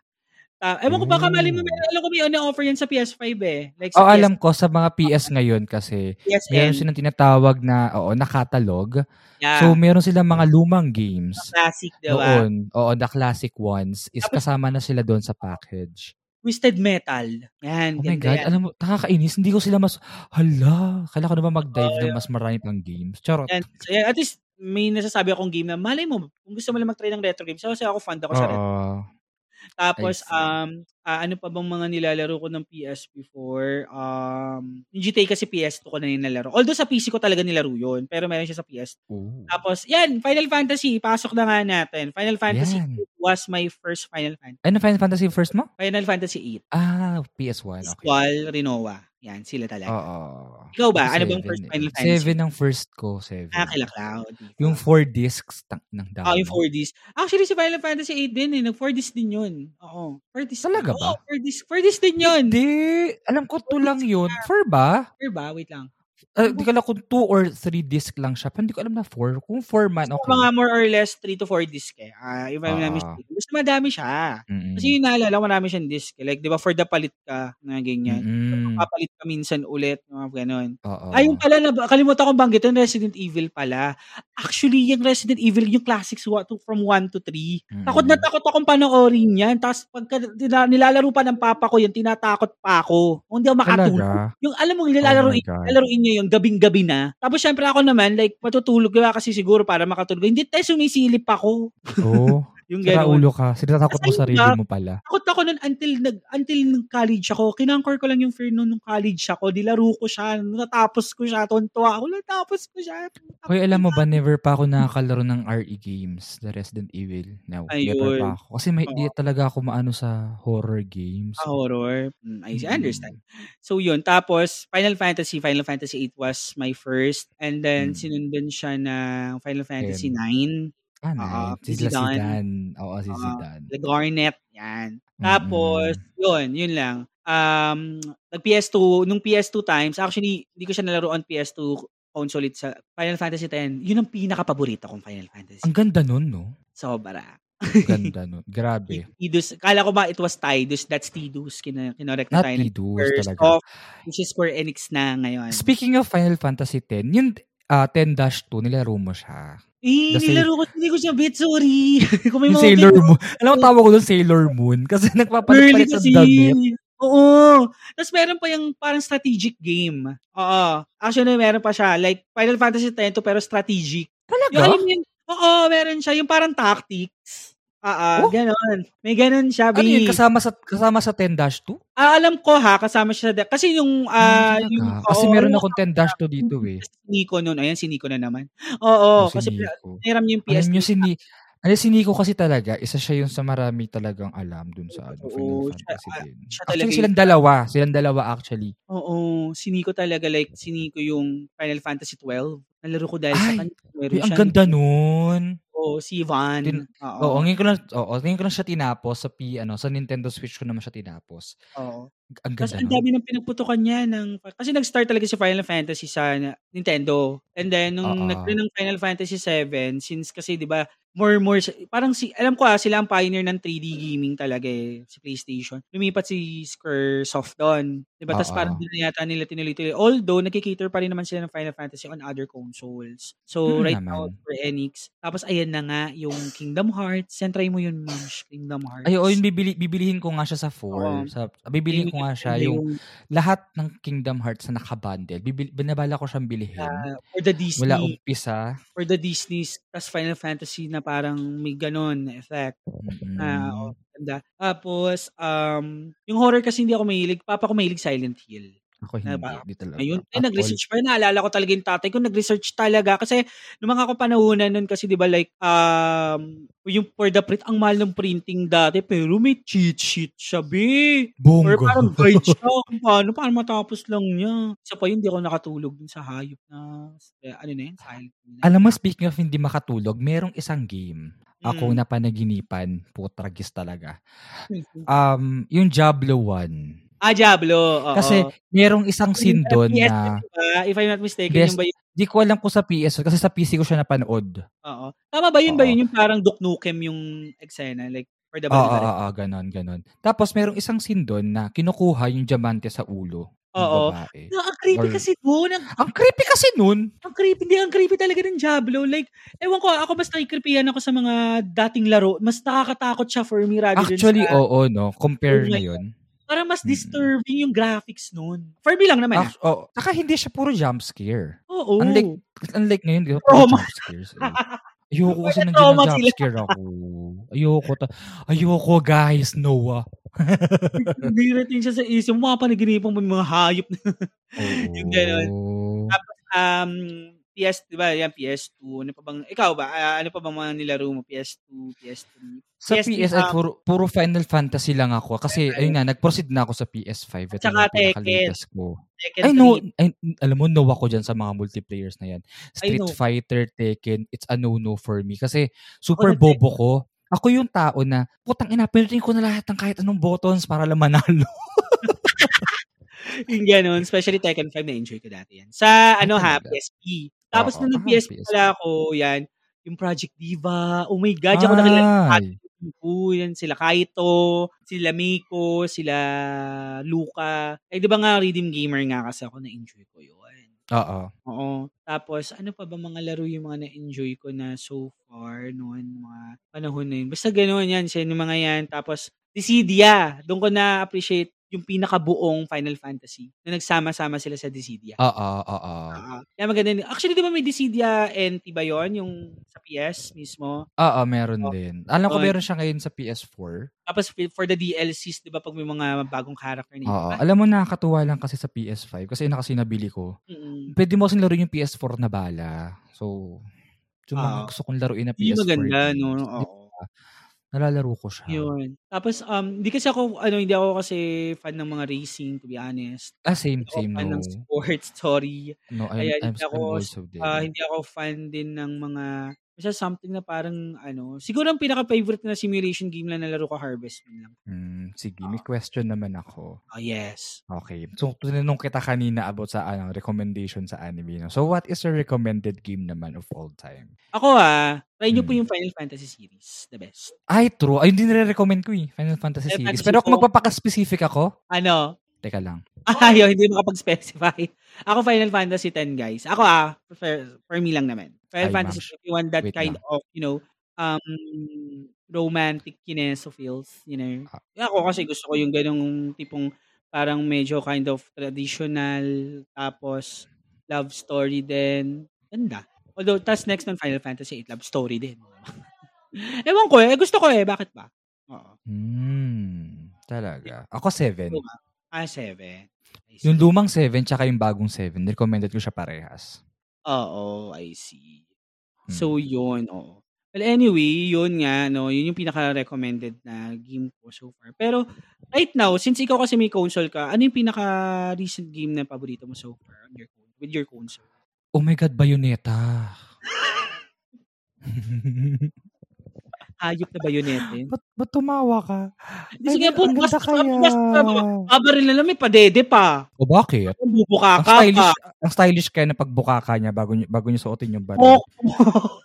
[SPEAKER 3] Uh, ewan ko baka mali mo,
[SPEAKER 2] Ooh.
[SPEAKER 3] meron- alam ko may on-offer yan sa PS5 eh. Like sa
[SPEAKER 2] Oh,
[SPEAKER 3] PS,
[SPEAKER 2] alam ko, sa mga PS ngayon kasi,
[SPEAKER 3] PSN.
[SPEAKER 2] meron silang tinatawag na, oo, na catalog.
[SPEAKER 3] Yeah.
[SPEAKER 2] So, meron silang mga lumang games.
[SPEAKER 3] Ah. classic, di ba?
[SPEAKER 2] Noon, oo, the classic ones, is
[SPEAKER 3] Tapos-
[SPEAKER 2] kasama na sila doon sa package.
[SPEAKER 3] Twisted Metal. Yan,
[SPEAKER 2] Oh my
[SPEAKER 3] ganda
[SPEAKER 2] God,
[SPEAKER 3] yan.
[SPEAKER 2] alam mo, nakakainis. Hindi ko sila mas, hala, kailangan ko naman mag-dive
[SPEAKER 3] Oo,
[SPEAKER 2] ng mas marami pang games. Charot.
[SPEAKER 3] Yan. So, yan. At least, may nasasabi akong game na, malay mo, kung gusto mo lang mag-try ng retro games, so, kasi ako fan ako sa retro.
[SPEAKER 2] Oo.
[SPEAKER 3] Tapos,
[SPEAKER 2] I see.
[SPEAKER 3] um, ah, ano pa bang mga nilalaro ko ng PS before? Um, yung GTA kasi PS2 ko na nilalaro. Although sa PC ko talaga nilaro yun, pero meron siya sa PS2.
[SPEAKER 2] Ooh.
[SPEAKER 3] Tapos, yan, Final Fantasy, pasok na nga natin. Final Fantasy
[SPEAKER 2] Yan.
[SPEAKER 3] was my first Final Fantasy.
[SPEAKER 2] Ano Final Fantasy first mo?
[SPEAKER 3] Final Fantasy 8.
[SPEAKER 2] Ah, PS1. Okay.
[SPEAKER 3] Squall, Rinoa. Yan, sila talaga.
[SPEAKER 2] Oo.
[SPEAKER 3] Ikaw ba?
[SPEAKER 2] Ako
[SPEAKER 3] Ano bang
[SPEAKER 2] Oh, seven
[SPEAKER 3] first
[SPEAKER 2] eh.
[SPEAKER 3] Final Fantasy?
[SPEAKER 2] Seven ang first ko. Seven.
[SPEAKER 3] Ah, kila Cloud.
[SPEAKER 2] Yung four discs tang, ng dami.
[SPEAKER 3] Ah, yung 4Ds. Actually, si Final Fantasy 8 din eh. Nag 4Ds din yun. Oo. 4Ds.
[SPEAKER 2] Talaga
[SPEAKER 3] Oo,
[SPEAKER 2] ba?
[SPEAKER 3] 4Ds. 4Ds din yun.
[SPEAKER 2] Hindi. Alam ko two lang yun. Four ba?
[SPEAKER 3] Sure ba? Wait lang.
[SPEAKER 2] Ah, Hindi ko alam kung two or three disc lang siya. Pero hindi ko alam na four. Kung four man, Ano okay.
[SPEAKER 3] Mga more or less 3 to 4 disc eh. Ah, if I'm
[SPEAKER 2] Ah. Hmm.
[SPEAKER 3] not mistaken. Basta madami siya.
[SPEAKER 2] Mm-mm.
[SPEAKER 3] Kasi yung naalala ko, marami siyang disc. eh. Like, di ba, for the palit ka na ganyan.
[SPEAKER 2] Mm-mm.
[SPEAKER 3] Papalit ka minsan ulit. Mga ganun.
[SPEAKER 2] Oo.
[SPEAKER 3] Ayun pala, nab- kalimutan kong banggitin, Resident Evil pala. Actually, yung Resident Evil, yung classics wa- to- from 1 to 3,
[SPEAKER 2] Mm.
[SPEAKER 3] takot na takot akong panoorin yan. Tapos pagka tina- nilalaro pa ng papa ko yan, tinatakot pa ako. Kung Hindi ako makatulog.
[SPEAKER 2] Talaga?
[SPEAKER 3] Yung alam mo,
[SPEAKER 2] Oh
[SPEAKER 3] nilalaro
[SPEAKER 2] my God.
[SPEAKER 3] lalaruin niya yung gabing-gabi na. Tapos syempre ako naman, like, matutulog diba? kasi siguro para makatulog. Hindi tayo sumisilip ako.
[SPEAKER 2] Oo.
[SPEAKER 3] Yung
[SPEAKER 2] Sira
[SPEAKER 3] gano'n.
[SPEAKER 2] Oh, ulo ka. Sinatakot mo
[SPEAKER 3] Kasi
[SPEAKER 2] sarili
[SPEAKER 3] nga-
[SPEAKER 2] mo pala.
[SPEAKER 3] Takot ako nun until, nag, until nung college ako. Kinangkor ko lang yung fear nun nung college ako. Dilaro ko siya. Natapos ko siya. Tuntua ako. Natapos ko siya.
[SPEAKER 2] Hoy, alam mo ba, never pa ako nakakalaro ng RE games, the Resident Evil. No, never
[SPEAKER 3] Ayun.
[SPEAKER 2] pa ako. Kasi may,
[SPEAKER 3] Oo.
[SPEAKER 2] di talaga ako maano sa horror games.
[SPEAKER 3] Ah, horror. Mm, I see. I understand. So yun, tapos Final Fantasy, Final Fantasy 8 was my first and then
[SPEAKER 2] Mm.
[SPEAKER 3] sinundan siya ng Final Fantasy
[SPEAKER 2] Ten.
[SPEAKER 3] 9,
[SPEAKER 2] Ah,
[SPEAKER 3] Oo,
[SPEAKER 2] nice.
[SPEAKER 3] si
[SPEAKER 2] Sila si
[SPEAKER 3] Zidane. Ah,
[SPEAKER 2] Dan. Oo, si
[SPEAKER 3] Oo.
[SPEAKER 2] Zidane. Mm.
[SPEAKER 3] The Garnet, yan. Tapos yun, yun lang. um, nag PS2, nung PS2 times, actually, hindi ko siya nalaro on PS2 console it sa Final Fantasy X. Yun ang pinaka-paborito kong Final Fantasy.
[SPEAKER 2] Ang ganda nun, no?
[SPEAKER 3] Sobra.
[SPEAKER 2] Ang ganda nun. Grabe.
[SPEAKER 3] Tidus. Kala ko ba it was Tidus. That's Tidus. Kina, kinorek na
[SPEAKER 2] Not
[SPEAKER 3] tayo. ng
[SPEAKER 2] Tidus
[SPEAKER 3] First
[SPEAKER 2] talaga.
[SPEAKER 3] off, which is Square Enix na ngayon.
[SPEAKER 2] Speaking of Final Fantasy X, yung ah, 10-2, nilaro mo siya.
[SPEAKER 3] eh,
[SPEAKER 2] the same-
[SPEAKER 3] nilaro ko, hindi ko siya bit, sorry. Kung may
[SPEAKER 2] Yung
[SPEAKER 3] mga
[SPEAKER 2] Sailor
[SPEAKER 3] ganun-
[SPEAKER 2] Moon. Alam mo, tawag ko doon Sailor Moon. Kasi
[SPEAKER 3] Early
[SPEAKER 2] nagpapalit-palit sa
[SPEAKER 3] kasi.
[SPEAKER 2] damit.
[SPEAKER 3] Oo. Tapos meron pa yung parang strategic game. Oo. Actually, meron pa siya. Like, Final Fantasy X to pero strategic. Yung, alam
[SPEAKER 2] Talaga?
[SPEAKER 3] mo yun, oo, meron siya. Yung parang tactics. Ah, ah,
[SPEAKER 2] Oh.
[SPEAKER 3] ganon. May ganon siya, B.
[SPEAKER 2] Ano yun? Kasama sa, kasama sa 10-2?
[SPEAKER 3] Ah, alam ko ha, kasama siya. da- Kasi yung, ah,
[SPEAKER 2] Talaga?
[SPEAKER 3] yung,
[SPEAKER 2] kasi
[SPEAKER 3] oo,
[SPEAKER 2] meron
[SPEAKER 3] yung-
[SPEAKER 2] akong 10-2 dito eh.
[SPEAKER 3] Si Nico nun. Ayan, si Nico na naman. Oo,
[SPEAKER 2] Yung Oh, Ano si
[SPEAKER 3] kasi
[SPEAKER 2] Nico.
[SPEAKER 3] niram niya yung PS.
[SPEAKER 2] Alam nyo, si, Ni- alam, si Nico ano kasi talaga, isa siya yung sa marami talagang alam dun sa ano,
[SPEAKER 3] Oo,
[SPEAKER 2] Final
[SPEAKER 3] siya-
[SPEAKER 2] Fantasy
[SPEAKER 3] ah, siya
[SPEAKER 2] din.
[SPEAKER 3] talaga
[SPEAKER 2] Actually,
[SPEAKER 3] yung-
[SPEAKER 2] silang dalawa. Silang dalawa actually.
[SPEAKER 3] Oo, si Nico talaga. Like, si Nico yung Final Fantasy 12. Nalaro ko dahil sa
[SPEAKER 2] Ay,
[SPEAKER 3] kanya. Meron
[SPEAKER 2] Uy, ang
[SPEAKER 3] siyang-
[SPEAKER 2] ganda nun.
[SPEAKER 3] Oo, si Van.
[SPEAKER 2] Tin-
[SPEAKER 3] oo,
[SPEAKER 2] Oo, ngayon ko lang, oo, ngayon ko lang siya tinapos sa P, ano, sa Nintendo Switch ko naman siya tinapos.
[SPEAKER 3] oo.
[SPEAKER 2] Ang
[SPEAKER 3] Kasi ang
[SPEAKER 2] ganda nun.
[SPEAKER 3] dami ng pinagputukan niya ng kasi nag-start talaga si Final Fantasy sa na- Nintendo. And then nung
[SPEAKER 2] Oo.
[SPEAKER 3] nag ng Final Fantasy 7 since kasi 'di ba more more si- parang si alam ko ah sila ang pioneer ng 3D gaming talaga eh si PlayStation. Lumipat si Squaresoft doon. 'Di ba? Tapos
[SPEAKER 2] Oo.
[SPEAKER 3] parang din yata nila tinuloy-tuloy. Although nagki-cater pa rin naman sila ng Final Fantasy on other consoles. So
[SPEAKER 2] Hmm,
[SPEAKER 3] right now
[SPEAKER 2] naman.
[SPEAKER 3] for Enix. Tapos ayan na nga yung Kingdom Hearts. Send try mo yun, ma'am. Kingdom Hearts.
[SPEAKER 2] Ay, oo, yun, bibili, bibilihin ko nga siya sa 4.
[SPEAKER 3] Oo.
[SPEAKER 2] Sa, bibilihin ko nga siya yung lahat ng Kingdom Hearts na nakabundle. Bibil, binabala ko siyang bilhin.
[SPEAKER 3] uh, or the Disney
[SPEAKER 2] Wala umpisa.
[SPEAKER 3] or the Disney's tas Final Fantasy na parang may ganon na effect.
[SPEAKER 2] Mm-mm.
[SPEAKER 3] Ah, oo, ganda. Tapos, um, yung horror kasi hindi ako mahilig. Papa ko mahilig Silent Hill.
[SPEAKER 2] Ako hindi,
[SPEAKER 3] ba-
[SPEAKER 2] di
[SPEAKER 3] Diba?
[SPEAKER 2] talaga.
[SPEAKER 3] Ayun, eh,
[SPEAKER 2] At
[SPEAKER 3] ay, nag-research pa. yun. Naalala ko talaga yung tatay ko. Nag-research talaga. Kasi, nung mga kapanahonan nun kasi, di ba, like, um, yung for the print, ang mahal ng printing dati. Pero may cheat sheet siya, be.
[SPEAKER 2] all. Bongo.
[SPEAKER 3] Or parang guide siya kung paano, paano matapos lang niya. Isa pa yun, hindi ako nakatulog dun sa hayop na, eh, ano na yun, Silent Hill. na.
[SPEAKER 2] Alam mo, speaking of hindi makatulog, merong isang game
[SPEAKER 3] Mm.
[SPEAKER 2] ako na panaginipan, putragis talaga. Um, yung Diablo 1.
[SPEAKER 3] Ah, Diablo. Oo.
[SPEAKER 2] Kasi merong isang scene
[SPEAKER 3] Yung
[SPEAKER 2] doon
[SPEAKER 3] FPS
[SPEAKER 2] na,
[SPEAKER 3] diba? if I'm not mistaken,
[SPEAKER 2] Yes.
[SPEAKER 3] yung ba yun?
[SPEAKER 2] di ko alam kung sa PS, kasi sa PC ko siya napanood.
[SPEAKER 3] Oo. Tama ba yun ba
[SPEAKER 2] Oo.
[SPEAKER 3] yun yung parang Duke Nukem yung eksena? Like, for the
[SPEAKER 2] Oo, oo, oo, ganon, ganon. Tapos merong isang scene doon na kinukuha yung diamante sa ulo ng
[SPEAKER 3] Oo.
[SPEAKER 2] babae.
[SPEAKER 3] No, ang creepy
[SPEAKER 2] Or-
[SPEAKER 3] kasi doon. Ang,
[SPEAKER 2] Ang creepy kasi nun.
[SPEAKER 3] ang creepy. Hindi, ang creepy talaga ng Diablo. Like, ewan ko, ako mas nakikripihan ako sa mga dating laro. Mas nakakatakot siya for me rather
[SPEAKER 2] Actually,
[SPEAKER 3] than sa...
[SPEAKER 2] oo, no.
[SPEAKER 3] Oh
[SPEAKER 2] Compare
[SPEAKER 3] my
[SPEAKER 2] ngayon.
[SPEAKER 3] Parang mas
[SPEAKER 2] Mm.
[SPEAKER 3] disturbing yung graphics noon. For me lang naman. eh.
[SPEAKER 2] Act- oh, saka hindi siya puro jump scare.
[SPEAKER 3] Oo.
[SPEAKER 2] Unlike, unlike ngayon, di ba?
[SPEAKER 3] Trauma.
[SPEAKER 2] Trauma. Jump scares, eh. Ayoko kasi
[SPEAKER 3] Wala,
[SPEAKER 2] nang
[SPEAKER 3] trauma
[SPEAKER 2] jump
[SPEAKER 3] sila.
[SPEAKER 2] scare ako. Ayoko. Ta- Ayoko, guys. Noah.
[SPEAKER 3] Dirating siya sa isip. Mga panaginipan mo yung mga hayop na Yung ganon.
[SPEAKER 2] Oo.
[SPEAKER 3] um PS, di ba? Yan, PS2. Ano pa bang, ikaw ba? Ah, ano pa bang mga nilaro mo? PS2, PS3?
[SPEAKER 2] Sa
[SPEAKER 3] PS3,
[SPEAKER 2] PS, ay,
[SPEAKER 3] um,
[SPEAKER 2] puro, puro Final Fantasy lang ako. Kasi, ayun nga, nag-proceed na ako sa PS5. Ito
[SPEAKER 3] Tsaka
[SPEAKER 2] yung
[SPEAKER 3] Tekken.
[SPEAKER 2] pinaka-latest ko.
[SPEAKER 3] Tekken
[SPEAKER 2] Ay, no,
[SPEAKER 3] 3.
[SPEAKER 2] ay, alam mo, no ako dyan sa mga multiplayers na yan.
[SPEAKER 3] Ay,
[SPEAKER 2] Street
[SPEAKER 3] no.
[SPEAKER 2] Fighter, Tekken, it's a no-no for me. Kasi, super
[SPEAKER 3] nag-
[SPEAKER 2] bobo ko. Ako yung tao na, putang ina, pinutin ko na lahat ng kahit anong buttons para lang manalo.
[SPEAKER 3] Yung ganun. Especially Tekken 5, na-enjoy ko dati yan. Sa, ano ha,
[SPEAKER 2] Ah, talaga?
[SPEAKER 3] PSP. Tapos
[SPEAKER 2] Oo.
[SPEAKER 3] nung
[SPEAKER 2] Ah,
[SPEAKER 3] nag-PSP
[SPEAKER 2] PSP.
[SPEAKER 3] pala ako, yan, yung Project Diva. Oh my God, diyan ko nakilala yung
[SPEAKER 2] Ay.
[SPEAKER 3] Ko, yan, sila Kaito, sila Miko, sila Luca. Eh, di ba nga, Rhythm Gamer nga kasi ako, na-enjoy ko yun.
[SPEAKER 2] Oo.
[SPEAKER 3] Oo. Tapos, ano pa ba mga laro yung mga na-enjoy ko na so far noon, mga panahon na yun. Basta ganoon yan, siya yung mga yan. Tapos, Dissidia. Doon ko na-appreciate yung pinakabuong Final Fantasy na nagsama-sama sila sa Dissidia.
[SPEAKER 2] Oo, oo.
[SPEAKER 3] Ah, kaya maganda yun. Actually, di ba may Dissidia NT ba yun? Yung sa PS mismo.
[SPEAKER 2] Oo, meron
[SPEAKER 3] Oo.
[SPEAKER 2] din. Alam ko
[SPEAKER 3] Yun.
[SPEAKER 2] meron siya ngayon sa PS4.
[SPEAKER 3] Tapos fi- for the DLCs, di ba pag may mga bagong character na
[SPEAKER 2] Oo.
[SPEAKER 3] iba? Ah,
[SPEAKER 2] Alam mo, nakakatuwa lang kasi sa PS5. Kasi yun na kasi nabili ko.
[SPEAKER 3] Mm-mm.
[SPEAKER 2] Pwede mo kasi laruin yung PS4 na bala. So, yung mga
[SPEAKER 3] Oo.
[SPEAKER 2] gusto kong laruin na
[SPEAKER 3] Ah, Hindi
[SPEAKER 2] PS4
[SPEAKER 3] maganda,
[SPEAKER 2] games,
[SPEAKER 3] no?
[SPEAKER 2] di-
[SPEAKER 3] Oo.
[SPEAKER 2] nalalaro ko siya.
[SPEAKER 3] Yun. Tapos, um, hindi kasi ako, ano, hindi ako kasi fan ng mga racing, to be honest.
[SPEAKER 2] Ah, same,
[SPEAKER 3] Hindi ako
[SPEAKER 2] same,
[SPEAKER 3] fan
[SPEAKER 2] no.
[SPEAKER 3] ng sports, sorry.
[SPEAKER 2] No, I'm,
[SPEAKER 3] Ayan,
[SPEAKER 2] I'm,
[SPEAKER 3] hindi ako,
[SPEAKER 2] I'm also there.
[SPEAKER 3] ah, hindi ako fan din ng mga Basta something na parang ano, siguro ang pinaka-favorite na simulation game na nalaro ko Harvest Moon lang.
[SPEAKER 2] Hmm, sige, may
[SPEAKER 3] ah.
[SPEAKER 2] question naman ako.
[SPEAKER 3] Oh, yes.
[SPEAKER 2] Okay. So, tinanong kita kanina about sa ano, recommendation sa anime. No? So, what is your recommended game naman of all time?
[SPEAKER 3] Ako ah, try nyo po yung
[SPEAKER 2] Hmm.
[SPEAKER 3] Final Fantasy series. The best.
[SPEAKER 2] Ay, true. Ay, hindi nire-recommend ko eh. Final Fantasy
[SPEAKER 3] Final
[SPEAKER 2] series.
[SPEAKER 3] Fantasy
[SPEAKER 2] Pero
[SPEAKER 3] po.
[SPEAKER 2] kung magpapaka-specific ako,
[SPEAKER 3] Ano?
[SPEAKER 2] teka lang.
[SPEAKER 3] Ah, yun, hindi makapag-specify. Ako Final Fantasy 10, guys. Ako ah, for, for me lang naman. Final
[SPEAKER 2] Ay,
[SPEAKER 3] Fantasy 21, that
[SPEAKER 2] Wait
[SPEAKER 3] kind of, you know, um, romantic kinesa feels, you know.
[SPEAKER 2] Ah.
[SPEAKER 3] Ako kasi gusto ko yung ganong tipong parang medyo kind of traditional, tapos love story din. Ganda. Although, tas next ng Final Fantasy 8, love story din. Ewan ko eh, gusto ko eh, bakit ba? Oo.
[SPEAKER 2] Hmm, talaga. Ako 7.
[SPEAKER 3] Luma. Ah, 7. I see.
[SPEAKER 2] Yung lumang 7 tsaka yung bagong 7, recommended ko siya parehas.
[SPEAKER 3] Oo, I see.
[SPEAKER 2] Hmm.
[SPEAKER 3] So, yun, oo. Well, anyway, yun nga, no, yun yung pinaka-recommended na game ko so far. Pero, right now, since ikaw kasi may console ka, ano yung pinaka-recent game na paborito mo so far on your, con- with your console?
[SPEAKER 2] Oh my God, Bayonetta.
[SPEAKER 3] Hayop na bayonetin.
[SPEAKER 2] ba't, ba't tumawa ka?
[SPEAKER 3] Hindi,
[SPEAKER 2] Ay,
[SPEAKER 3] sige po,
[SPEAKER 2] ang ganda
[SPEAKER 3] basta-
[SPEAKER 2] kaya.
[SPEAKER 3] basta- Kabaril na lang, may padede pa.
[SPEAKER 2] O bakit?
[SPEAKER 3] Bubuka
[SPEAKER 2] Ang
[SPEAKER 3] ka pa.
[SPEAKER 2] stylish, ang stylish kaya na pagbuka ka niya bago, niya- bago niya suotin yung baril.
[SPEAKER 3] Oo,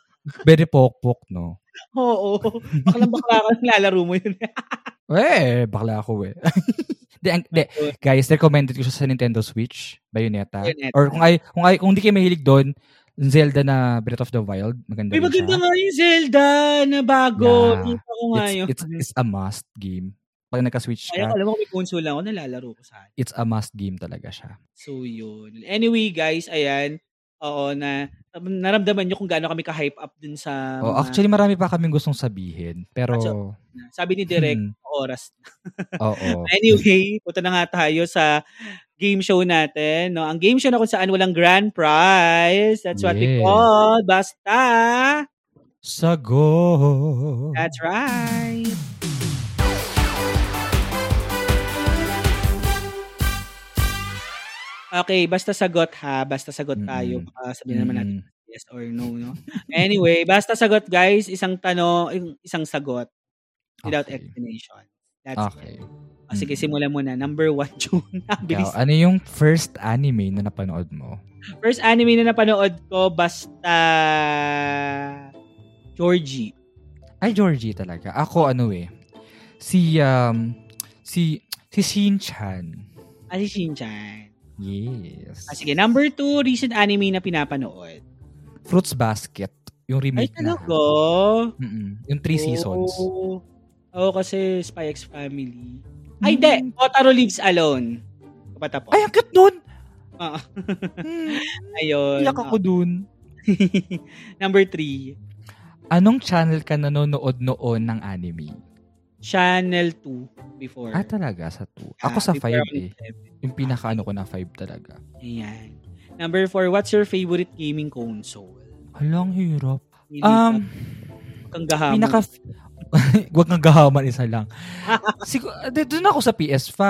[SPEAKER 2] Very pokpok, no?
[SPEAKER 3] oo. Bakla-bakla ka, lalaro mo yun.
[SPEAKER 2] Eh, bakla ako eh. de, ang, de, guys, recommended ko siya sa Nintendo Switch, Bayonetta.
[SPEAKER 3] Bayonetta.
[SPEAKER 2] Or kung ay kung ay kung di kayo mahilig doon, Zelda na Breath of the Wild, maganda
[SPEAKER 3] May
[SPEAKER 2] rin
[SPEAKER 3] maganda
[SPEAKER 2] siya.
[SPEAKER 3] nga yung Zelda na bago.
[SPEAKER 2] Yeah.
[SPEAKER 3] Hindi pa ko nga yun.
[SPEAKER 2] It's, it's, it's a must game. Pag nagka-switch
[SPEAKER 3] Kaya
[SPEAKER 2] ka,
[SPEAKER 3] alam mo kung may console lang ako, nalalaro ko sana.
[SPEAKER 2] it's a must game talaga siya.
[SPEAKER 3] So, yun. Anyway, guys, ayan. Oo, na um, naramdaman nyo kung gaano kami ka-hype up dun sa...
[SPEAKER 2] Oh,
[SPEAKER 3] mga-
[SPEAKER 2] actually, marami pa kaming gustong sabihin. Pero,
[SPEAKER 3] Ah, so, sabi ni Direk,
[SPEAKER 2] hmm,
[SPEAKER 3] oras.
[SPEAKER 2] oo.
[SPEAKER 3] Anyway, punta na nga tayo sa game show natin. No? Ang game show na kung saan walang grand prize. That's what we
[SPEAKER 2] Yes.
[SPEAKER 3] call Basta.
[SPEAKER 2] Sagot.
[SPEAKER 3] That's right. Okay, basta sagot ha. Basta sagot tayo.
[SPEAKER 2] Mm-mm.
[SPEAKER 3] Baka sabihin naman natin
[SPEAKER 2] Mm,
[SPEAKER 3] yes or no, no? Anyway, basta sagot, guys. Isang tanong, yung isang sagot without
[SPEAKER 2] Okay. Ah, mm.
[SPEAKER 3] explanation. That's
[SPEAKER 2] Okay.
[SPEAKER 3] it. O, sige, simulan muna. Number one, June. Ang bilis.
[SPEAKER 2] Ikaw, ano yung first anime na napanood mo?
[SPEAKER 3] First anime na napanood ko, basta... Georgie.
[SPEAKER 2] Ay, Georgie talaga. Ako, ano eh. Si, um, si, si Shin-chan.
[SPEAKER 3] Ah, si Shinchan.
[SPEAKER 2] Yes.
[SPEAKER 3] Ah, sige, number two, recent anime na pinapanood.
[SPEAKER 2] Fruits Basket. Yung
[SPEAKER 3] Ay,
[SPEAKER 2] remake na.
[SPEAKER 3] talaga? Oh.
[SPEAKER 2] Mm-mm. Yung three seasons.
[SPEAKER 3] Oo, Oo, Oh, kasi Spy X Family. Ay,
[SPEAKER 2] Hmm.
[SPEAKER 3] di. Otaro Lives Alone. Kapatapos.
[SPEAKER 2] Ay, ang cute nun!
[SPEAKER 3] Oo.
[SPEAKER 2] Hmm,
[SPEAKER 3] Ayun. Oh.
[SPEAKER 2] iyak ako dun.
[SPEAKER 3] Number three,
[SPEAKER 2] Anong channel ka nanonood noon ng anime?
[SPEAKER 3] Channel 2 before.
[SPEAKER 2] Ah, talaga? Sa 2. Ako sa 5
[SPEAKER 3] before ako
[SPEAKER 2] eh.
[SPEAKER 3] nag-seven.
[SPEAKER 2] Yung pinakaano ko na 5 talaga.
[SPEAKER 3] Ayan. Number four, what's your favorite gaming console?
[SPEAKER 2] Alang hirap.
[SPEAKER 3] Hindi
[SPEAKER 2] Um,
[SPEAKER 3] ka- kang gahamon.
[SPEAKER 2] pinaka... Huwag kang gahaman, isa lang. Siguro, doon ako sa PS5.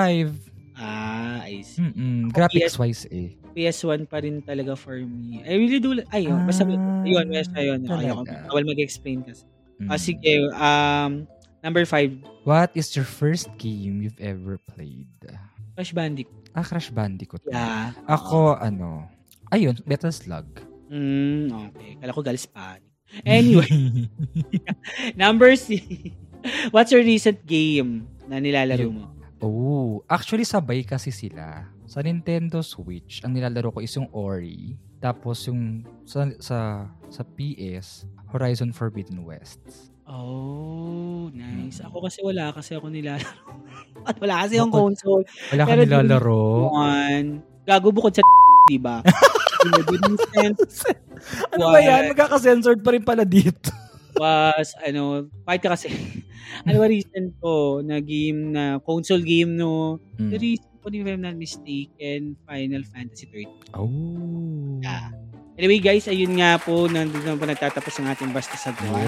[SPEAKER 3] Ah, I see.
[SPEAKER 2] Mm-mm. Graphics-wise eh.
[SPEAKER 3] PS1 pa rin talaga for me. I really do like... Ayun, basta...
[SPEAKER 2] Ah,
[SPEAKER 3] Ayun, basta yun. Ayun,
[SPEAKER 2] talaga.
[SPEAKER 3] bawal mag-explain kasi.
[SPEAKER 2] Mm.
[SPEAKER 3] Ah, sige. Um, number five,
[SPEAKER 2] What is your first game you've ever played?
[SPEAKER 3] Crash Bandicoot.
[SPEAKER 2] Ah, Crash Bandicoot.
[SPEAKER 3] Yeah.
[SPEAKER 2] Ako, ano... Ayun, Metal Slug.
[SPEAKER 3] Mm, okay. Kala ko galis pa. Anyway, number six. What's your recent game na nilalaro
[SPEAKER 2] Yun.
[SPEAKER 3] mo?
[SPEAKER 2] Oh, actually sabay kasi sila. Sa Nintendo Switch, ang nilalaro ko is yung Ori, tapos yung sa sa, sa PS, Horizon Forbidden West.
[SPEAKER 3] Oh, nice.
[SPEAKER 2] Mm.
[SPEAKER 3] Ako kasi wala kasi ako nilalaro. At wala kasi yung
[SPEAKER 2] Ako- Oh.
[SPEAKER 3] console.
[SPEAKER 2] Wala
[SPEAKER 3] Pero
[SPEAKER 2] kang
[SPEAKER 3] di-
[SPEAKER 2] nilalaro.
[SPEAKER 3] One. Gago bukod sa di ba? In the good sense
[SPEAKER 2] ano ba yan? Magkaka-censored pa rin pala dito.
[SPEAKER 3] was, ano, fight ka kasi. ano ba recent ko na game na, console game no?
[SPEAKER 2] Mm.
[SPEAKER 3] The recent ko, if I'm not mistaken, Final Fantasy 13.
[SPEAKER 2] Oh.
[SPEAKER 3] Yeah. Anyway guys, ayun nga po, nandun na po nagtatapos ang ating Basta sa Gawa.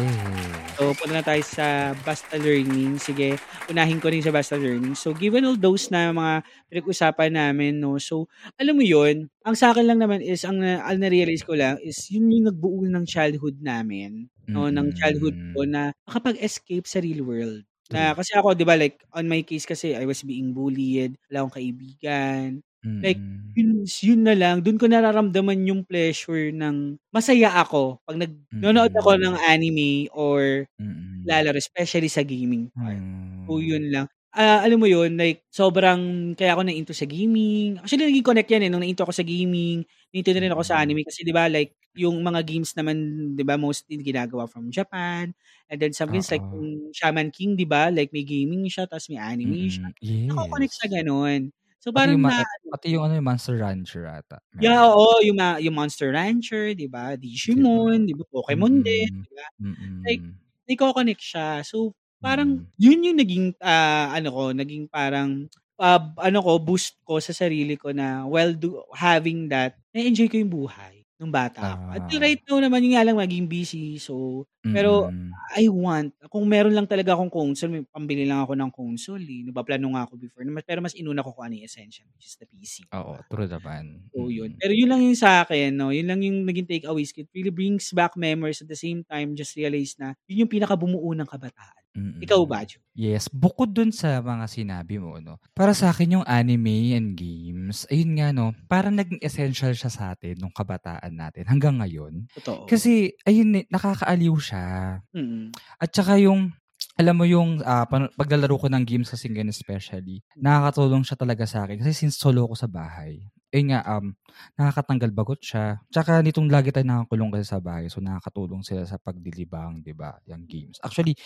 [SPEAKER 3] So, punta na tayo sa Basta Learning. Sige, unahin ko rin sa Basta Learning. So, given all those na mga pinag-usapan namin, no? So, alam mo yun, ang sa akin lang naman is, ang, na- ang na-realize ko lang is, yun yung nagbuo ng childhood namin, no? Ng
[SPEAKER 2] Mm.
[SPEAKER 3] childhood ko na makapag-escape sa real world. Na, kasi ako, di ba, like, on my case kasi, I was being bullied, wala akong kaibigan, like, yun, yun na lang, dun ko nararamdaman yung pleasure ng masaya ako pag nag nanonood ako ng anime or
[SPEAKER 2] Mm.
[SPEAKER 3] lalaro, especially sa gaming part. So, yun lang. Ah, alam mo yun, like, sobrang, kaya ako na-into sa gaming. Actually, naging connect yan eh, nung na-into ako sa gaming, na-into na rin ako
[SPEAKER 2] Mm.
[SPEAKER 3] sa anime. Kasi, di ba, like, yung mga games naman, di ba, mostly ginagawa from Japan. And then, some games, like,
[SPEAKER 2] Oo.
[SPEAKER 3] yung Shaman King, di ba, like, may gaming siya, tapos may anime siya.
[SPEAKER 2] Yes.
[SPEAKER 3] Nakakonect sa ganun. So,
[SPEAKER 2] Pati
[SPEAKER 3] parang
[SPEAKER 2] yung
[SPEAKER 3] na,
[SPEAKER 2] ma- Pati yung ano, yung Monster Rancher ata.
[SPEAKER 3] Yeah, oh, oo, yung, mga, yung Monster Rancher, di ba? Digimon, di ba? Pokemon
[SPEAKER 2] Mm-mm.
[SPEAKER 3] din, di ba? Like,
[SPEAKER 2] Like,
[SPEAKER 3] Nagko-connect siya. So,
[SPEAKER 2] Mm.
[SPEAKER 3] parang yun yung naging, ah, ano ko, naging parang, ah, ano ko, boost ko sa sarili ko na while do, having that, na-enjoy ko yung buhay nung bata ako. At
[SPEAKER 2] Ah.
[SPEAKER 3] right now naman, yung nga lang maging busy. So, pero- I want, kung meron lang talaga akong console, may pambili lang ako ng console. Eh. Napaplano nga ako before. na- Pero mas inuna ko kung ano yung essential, which is the PC.
[SPEAKER 2] Oo, true naman.
[SPEAKER 3] So, yun.
[SPEAKER 2] Mm.
[SPEAKER 3] Pero yun lang yung sa akin, no? Yun lang yung naging takeaways. ko. It really brings back memories at the same time, just realize na yun yung pinakabumuo ng kabataan.
[SPEAKER 2] Mm-mm.
[SPEAKER 3] Ikaw ba, Joe?
[SPEAKER 2] Yes, bukod dun sa mga sinabi mo, no, para sa akin yung anime and games, ayun nga, no, parang naging essential siya sa atin nung kabataan natin hanggang ngayon.
[SPEAKER 3] Totoo.
[SPEAKER 2] Kasi, ayun, eh, nakakaaliw siya.
[SPEAKER 3] Mm-mm.
[SPEAKER 2] At saka yung, alam mo yung ah, pan- paglalaro ko ng games sa Singen especially, nakakatulong siya talaga sa akin. Kasi since solo ko sa bahay, ayun nga, um, nakakatanggal bagot siya. Tsaka nitong lagi tayo nakakulong kasi sa bahay, so nakakatulong sila sa pagdilibang, di ba, yung games. Actually,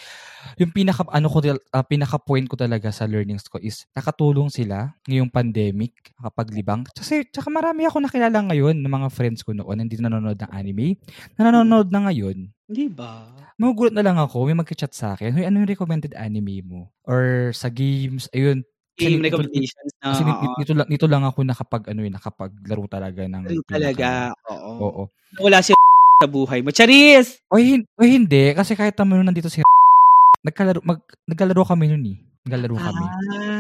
[SPEAKER 2] yung pinaka, ano ko, ah, pinaka-point ko talaga sa learnings ko is nakatulong sila ngayong pandemic, nakapaglibang. Kasi, tsaka marami ako nakilala ngayon ng mga friends ko noon, hindi nanonood ng anime, na nanonood na ngayon
[SPEAKER 3] Di ba?
[SPEAKER 2] magugulat na lang ako, may magka-chat sa akin, Hoy, ano yung recommended anime mo? Or sa games, ayun.
[SPEAKER 3] Game
[SPEAKER 2] nito-
[SPEAKER 3] recommendations na.
[SPEAKER 2] Kasi
[SPEAKER 3] oo.
[SPEAKER 2] nito, nito, lang, nito lang ako nakapag, ano yun, nakapaglaro talaga ng...
[SPEAKER 3] True
[SPEAKER 2] pinaka-
[SPEAKER 3] talaga. Oo.
[SPEAKER 2] Oo.
[SPEAKER 3] Wala si sa buhay mo. Charis!
[SPEAKER 2] O, hin- o hindi, kasi kahit naman nung nandito si nagkalaro, mag, nagkalaro kami nun eh. Nagkalaro kami.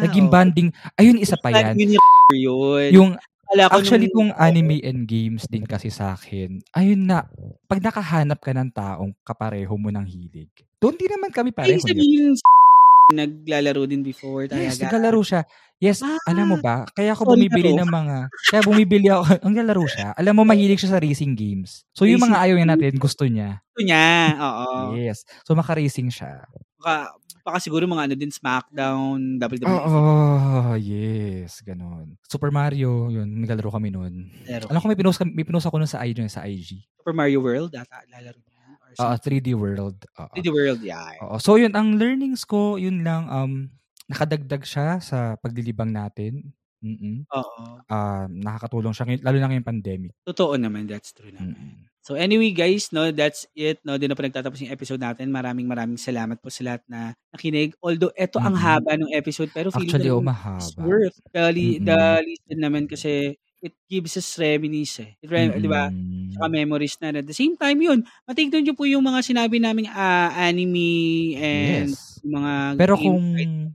[SPEAKER 2] Naging banding. Ayun, isa pa
[SPEAKER 3] Ah.
[SPEAKER 2] yan.
[SPEAKER 3] Yun, eh. yun.
[SPEAKER 2] Yung
[SPEAKER 3] Akala ko
[SPEAKER 2] Actually,
[SPEAKER 3] nung-
[SPEAKER 2] kung anime and games din kasi sa akin, ayun na, pag nakahanap ka ng taong kapareho mo ng hilig, doon din naman kami
[SPEAKER 3] Ay,
[SPEAKER 2] pareho. di ba?
[SPEAKER 3] sabihin yung naglalaro din before talaga.
[SPEAKER 2] Yes, naglalaro siya. Yes,
[SPEAKER 3] Ah,
[SPEAKER 2] alam mo ba? Kaya ako
[SPEAKER 3] sorry,
[SPEAKER 2] bumibili
[SPEAKER 3] laro.
[SPEAKER 2] ng mga... Kaya bumibili ako. Ang lalaro siya. Alam mo, mahilig siya sa racing games. So, yung
[SPEAKER 3] Racing
[SPEAKER 2] mga ayaw niya
[SPEAKER 3] games. Ah.
[SPEAKER 2] natin, gusto niya.
[SPEAKER 3] Gusto niya. Oo.
[SPEAKER 2] Yes. So, maka-racing siya.
[SPEAKER 3] Baka, baka siguro mga ano din, SmackDown, E, WWE.
[SPEAKER 2] Oo, yes. Ganon. Super Mario, yun. Naglalaro kami nun.
[SPEAKER 3] Laro.
[SPEAKER 2] Alam ko, may pinost, kami- may pinost ako nun sa IG. Sa IG.
[SPEAKER 3] Super Mario World, ata, lalaro niya. Or
[SPEAKER 2] Oo,
[SPEAKER 3] something.
[SPEAKER 2] 3D World. Oo.
[SPEAKER 3] 3D World, yeah.
[SPEAKER 2] Oo. So, yun. Ang learnings ko, yun lang. Um, nakadagdag siya sa paglilibang natin. Mm-mm.
[SPEAKER 3] Oo.
[SPEAKER 2] Ah, nakakatulong siya. ngayon- Lalo na ngayong pandemic.
[SPEAKER 3] Totoo naman, that's true naman.
[SPEAKER 2] Mm-mm.
[SPEAKER 3] So anyway guys, no, that's it. No, di na po nagtatapos yung episode natin. Maraming maraming salamat po sa lahat na nakinig. Although eto ang
[SPEAKER 2] Mhm.
[SPEAKER 3] haba ng episode pero feeling
[SPEAKER 2] Actually,
[SPEAKER 3] ko
[SPEAKER 2] oh,
[SPEAKER 3] naman
[SPEAKER 2] mahaba.
[SPEAKER 3] it's worth the, li- the
[SPEAKER 2] Mm-mm.
[SPEAKER 3] listen naman kasi it gives us reminisce eh. It rem- Di ba?
[SPEAKER 2] Mm-mm.
[SPEAKER 3] Tsaka memories na. rin. At the same time yun, matignan nyo po yung mga sinabi naming ah, anime and
[SPEAKER 2] Yes.
[SPEAKER 3] yung mga
[SPEAKER 2] Pero
[SPEAKER 3] game
[SPEAKER 2] kung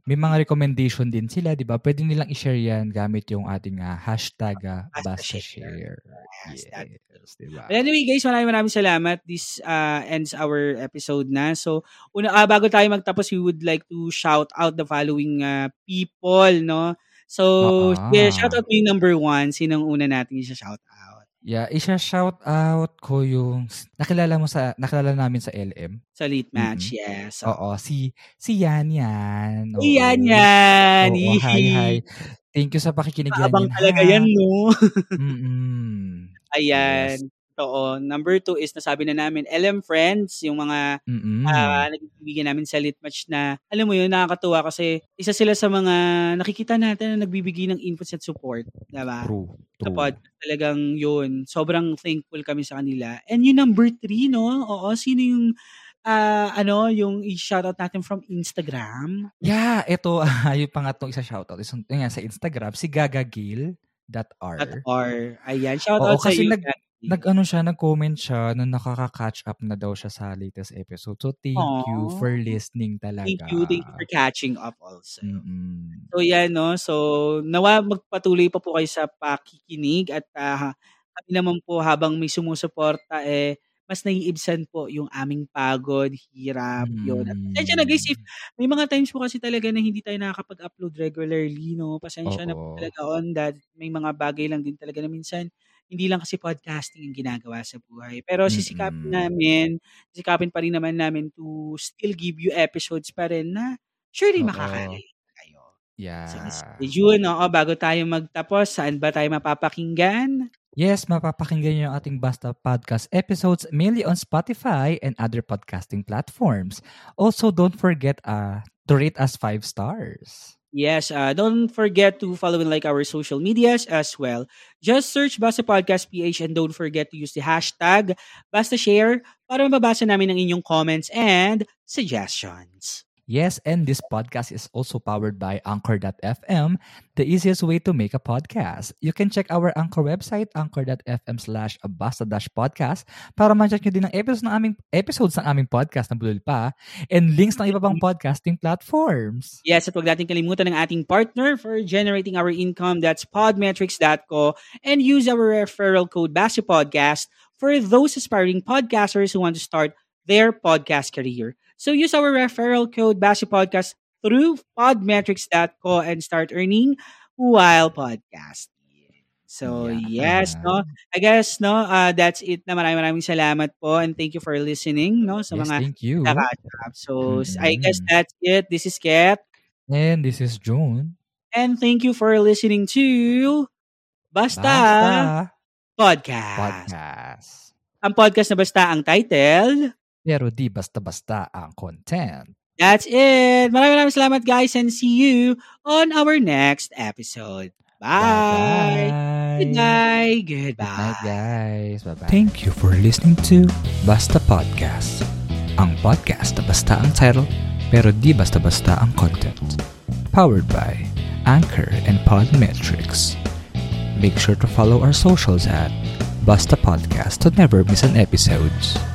[SPEAKER 2] may mga recommendation din sila, di ba? Pwede nilang i-share yan gamit yung ating ah, hashtag ah,
[SPEAKER 3] Basta
[SPEAKER 2] basta
[SPEAKER 3] share.
[SPEAKER 2] share.
[SPEAKER 3] Yes,
[SPEAKER 2] Yes,
[SPEAKER 3] that's
[SPEAKER 2] di ba?
[SPEAKER 3] But anyway guys, maraming maraming salamat. This uh, ends our episode na. So, una, ah, bago tayo magtapos, we would like to shout out the following uh, people, no? So,
[SPEAKER 2] Oo.
[SPEAKER 3] yeah, shout out mo yung number one. Sinong una natin yung shout out?
[SPEAKER 2] Yeah, i-shout out ko yung nakilala mo sa nakilala namin sa LM.
[SPEAKER 3] Sa late match,
[SPEAKER 2] Mm-mm.
[SPEAKER 3] yes.
[SPEAKER 2] Oo, si si Yan Yan. Oo.
[SPEAKER 3] Iyan yan.
[SPEAKER 2] Oo, hi, hi. Thank you sa pakikinig yan.
[SPEAKER 3] Maabang
[SPEAKER 2] yan,
[SPEAKER 3] talaga
[SPEAKER 2] ha?
[SPEAKER 3] yan, no?
[SPEAKER 2] Mm-mm.
[SPEAKER 3] Ayan.
[SPEAKER 2] Yes.
[SPEAKER 3] Totoo. Number two is nasabi na namin, LM Friends, yung mga
[SPEAKER 2] Mm-mm.
[SPEAKER 3] ah nagbibigyan namin sa lit match na alam mo yun nakakatuwa kasi isa sila sa mga nakikita natin na nagbibigay ng inputs at support diba
[SPEAKER 2] True.
[SPEAKER 3] sa
[SPEAKER 2] True.
[SPEAKER 3] podcast talagang yun sobrang thankful kami sa kanila and yung number three no oo sino yung ah, ano yung i-shoutout natin from Instagram
[SPEAKER 2] Yeah, ito yung pangatlong isa shoutout. Isang yun nga, sa Instagram si gagagil.r.
[SPEAKER 3] at or ayan shoutout
[SPEAKER 2] Oo,
[SPEAKER 3] sa
[SPEAKER 2] kasi
[SPEAKER 3] iyo
[SPEAKER 2] nag
[SPEAKER 3] Kat.
[SPEAKER 2] nag-ano siya, nag-comment siya na nakaka-catch up na daw siya sa latest episode. So, thank
[SPEAKER 3] Aw.
[SPEAKER 2] you for listening talaga.
[SPEAKER 3] Thank you, thank you for
[SPEAKER 2] Ah.
[SPEAKER 3] catching up also.
[SPEAKER 2] Mm. Mm-mm.
[SPEAKER 3] So yan no. So nawa magpatuloy pa po kayo sa pakikinig at ah, kami naman po habang may sumusuporta eh mas naiibsan po yung aming pagod, hirap, yun. At pasensya na
[SPEAKER 2] Hmm.
[SPEAKER 3] guys, if may mga times po kasi talaga na hindi tayo nakakapag-upload regularly, no? Pasensya na
[SPEAKER 2] Oo.
[SPEAKER 3] po talaga on that. May mga bagay lang din talaga na minsan, hindi lang kasi podcasting ang ginagawa sa buhay. Pero
[SPEAKER 2] Mm-mm.
[SPEAKER 3] sisikapin namin, sisikapin pa rin naman namin to still give you episodes pa rin na surely
[SPEAKER 2] Oo.
[SPEAKER 3] makaka-relate kayo.
[SPEAKER 2] Yeah.
[SPEAKER 3] So, June, oo, bago tayo magtapos, saan ba tayo mapapakinggan?
[SPEAKER 2] Yes, mapapakinggan niyo ang ating Basta Podcast episodes mainly on Spotify and other podcasting platforms. Also, don't forget uh, to rate us five stars.
[SPEAKER 3] Yes, uh, don't forget to follow and like our social medias as well. Just search Basta Podcast PH and don't forget to use the hashtag Basta Share para mababasa namin ang inyong comments and suggestions.
[SPEAKER 2] Yes, and this podcast is also powered by Anchor.fm, the easiest way to make a podcast. You can check our Anchor website, anchor.fm slash abasta-podcast para ma-check nyo din ang episodes ng aming, episodes ng aming podcast na bulol pa and links ng iba pang podcasting platforms.
[SPEAKER 3] Yes, at huwag natin kalimutan ng ating partner for generating our income, that's podmetrics.co, and use our referral code Basta Podcast for those aspiring podcasters who want to start their podcast career. So use our referral code Basta Podcast through podmetrics.co and start earning while podcasting. So
[SPEAKER 2] Yeah.
[SPEAKER 3] yes, no. I guess no, uh, that's it na maraming maraming salamat po and thank you for listening, no, sa
[SPEAKER 2] yes,
[SPEAKER 3] mga
[SPEAKER 2] thank you. Mm.
[SPEAKER 3] nakakatap. So
[SPEAKER 2] Mm-mm.
[SPEAKER 3] I guess that's it. This is Kat.
[SPEAKER 2] And this is June.
[SPEAKER 3] And thank you for listening to Basta,
[SPEAKER 2] Basta
[SPEAKER 3] Podcast.
[SPEAKER 2] Podcast.
[SPEAKER 3] Ang podcast na basta ang title.
[SPEAKER 2] Pero di basta-basta ang content.
[SPEAKER 3] That's it. Maraming maraming salamat guys and see you on our next episode. Bye.
[SPEAKER 2] Bye-bye.
[SPEAKER 3] Goodbye.
[SPEAKER 2] Good night,
[SPEAKER 3] Goodbye.
[SPEAKER 2] guys. Bye-bye. Thank you for listening to Basta Podcast. Ang podcast na basta ang title, pero di basta-basta ang content. Powered by Anchor and Podmetrics. Make sure to follow our socials at Basta Podcast to never miss an episode.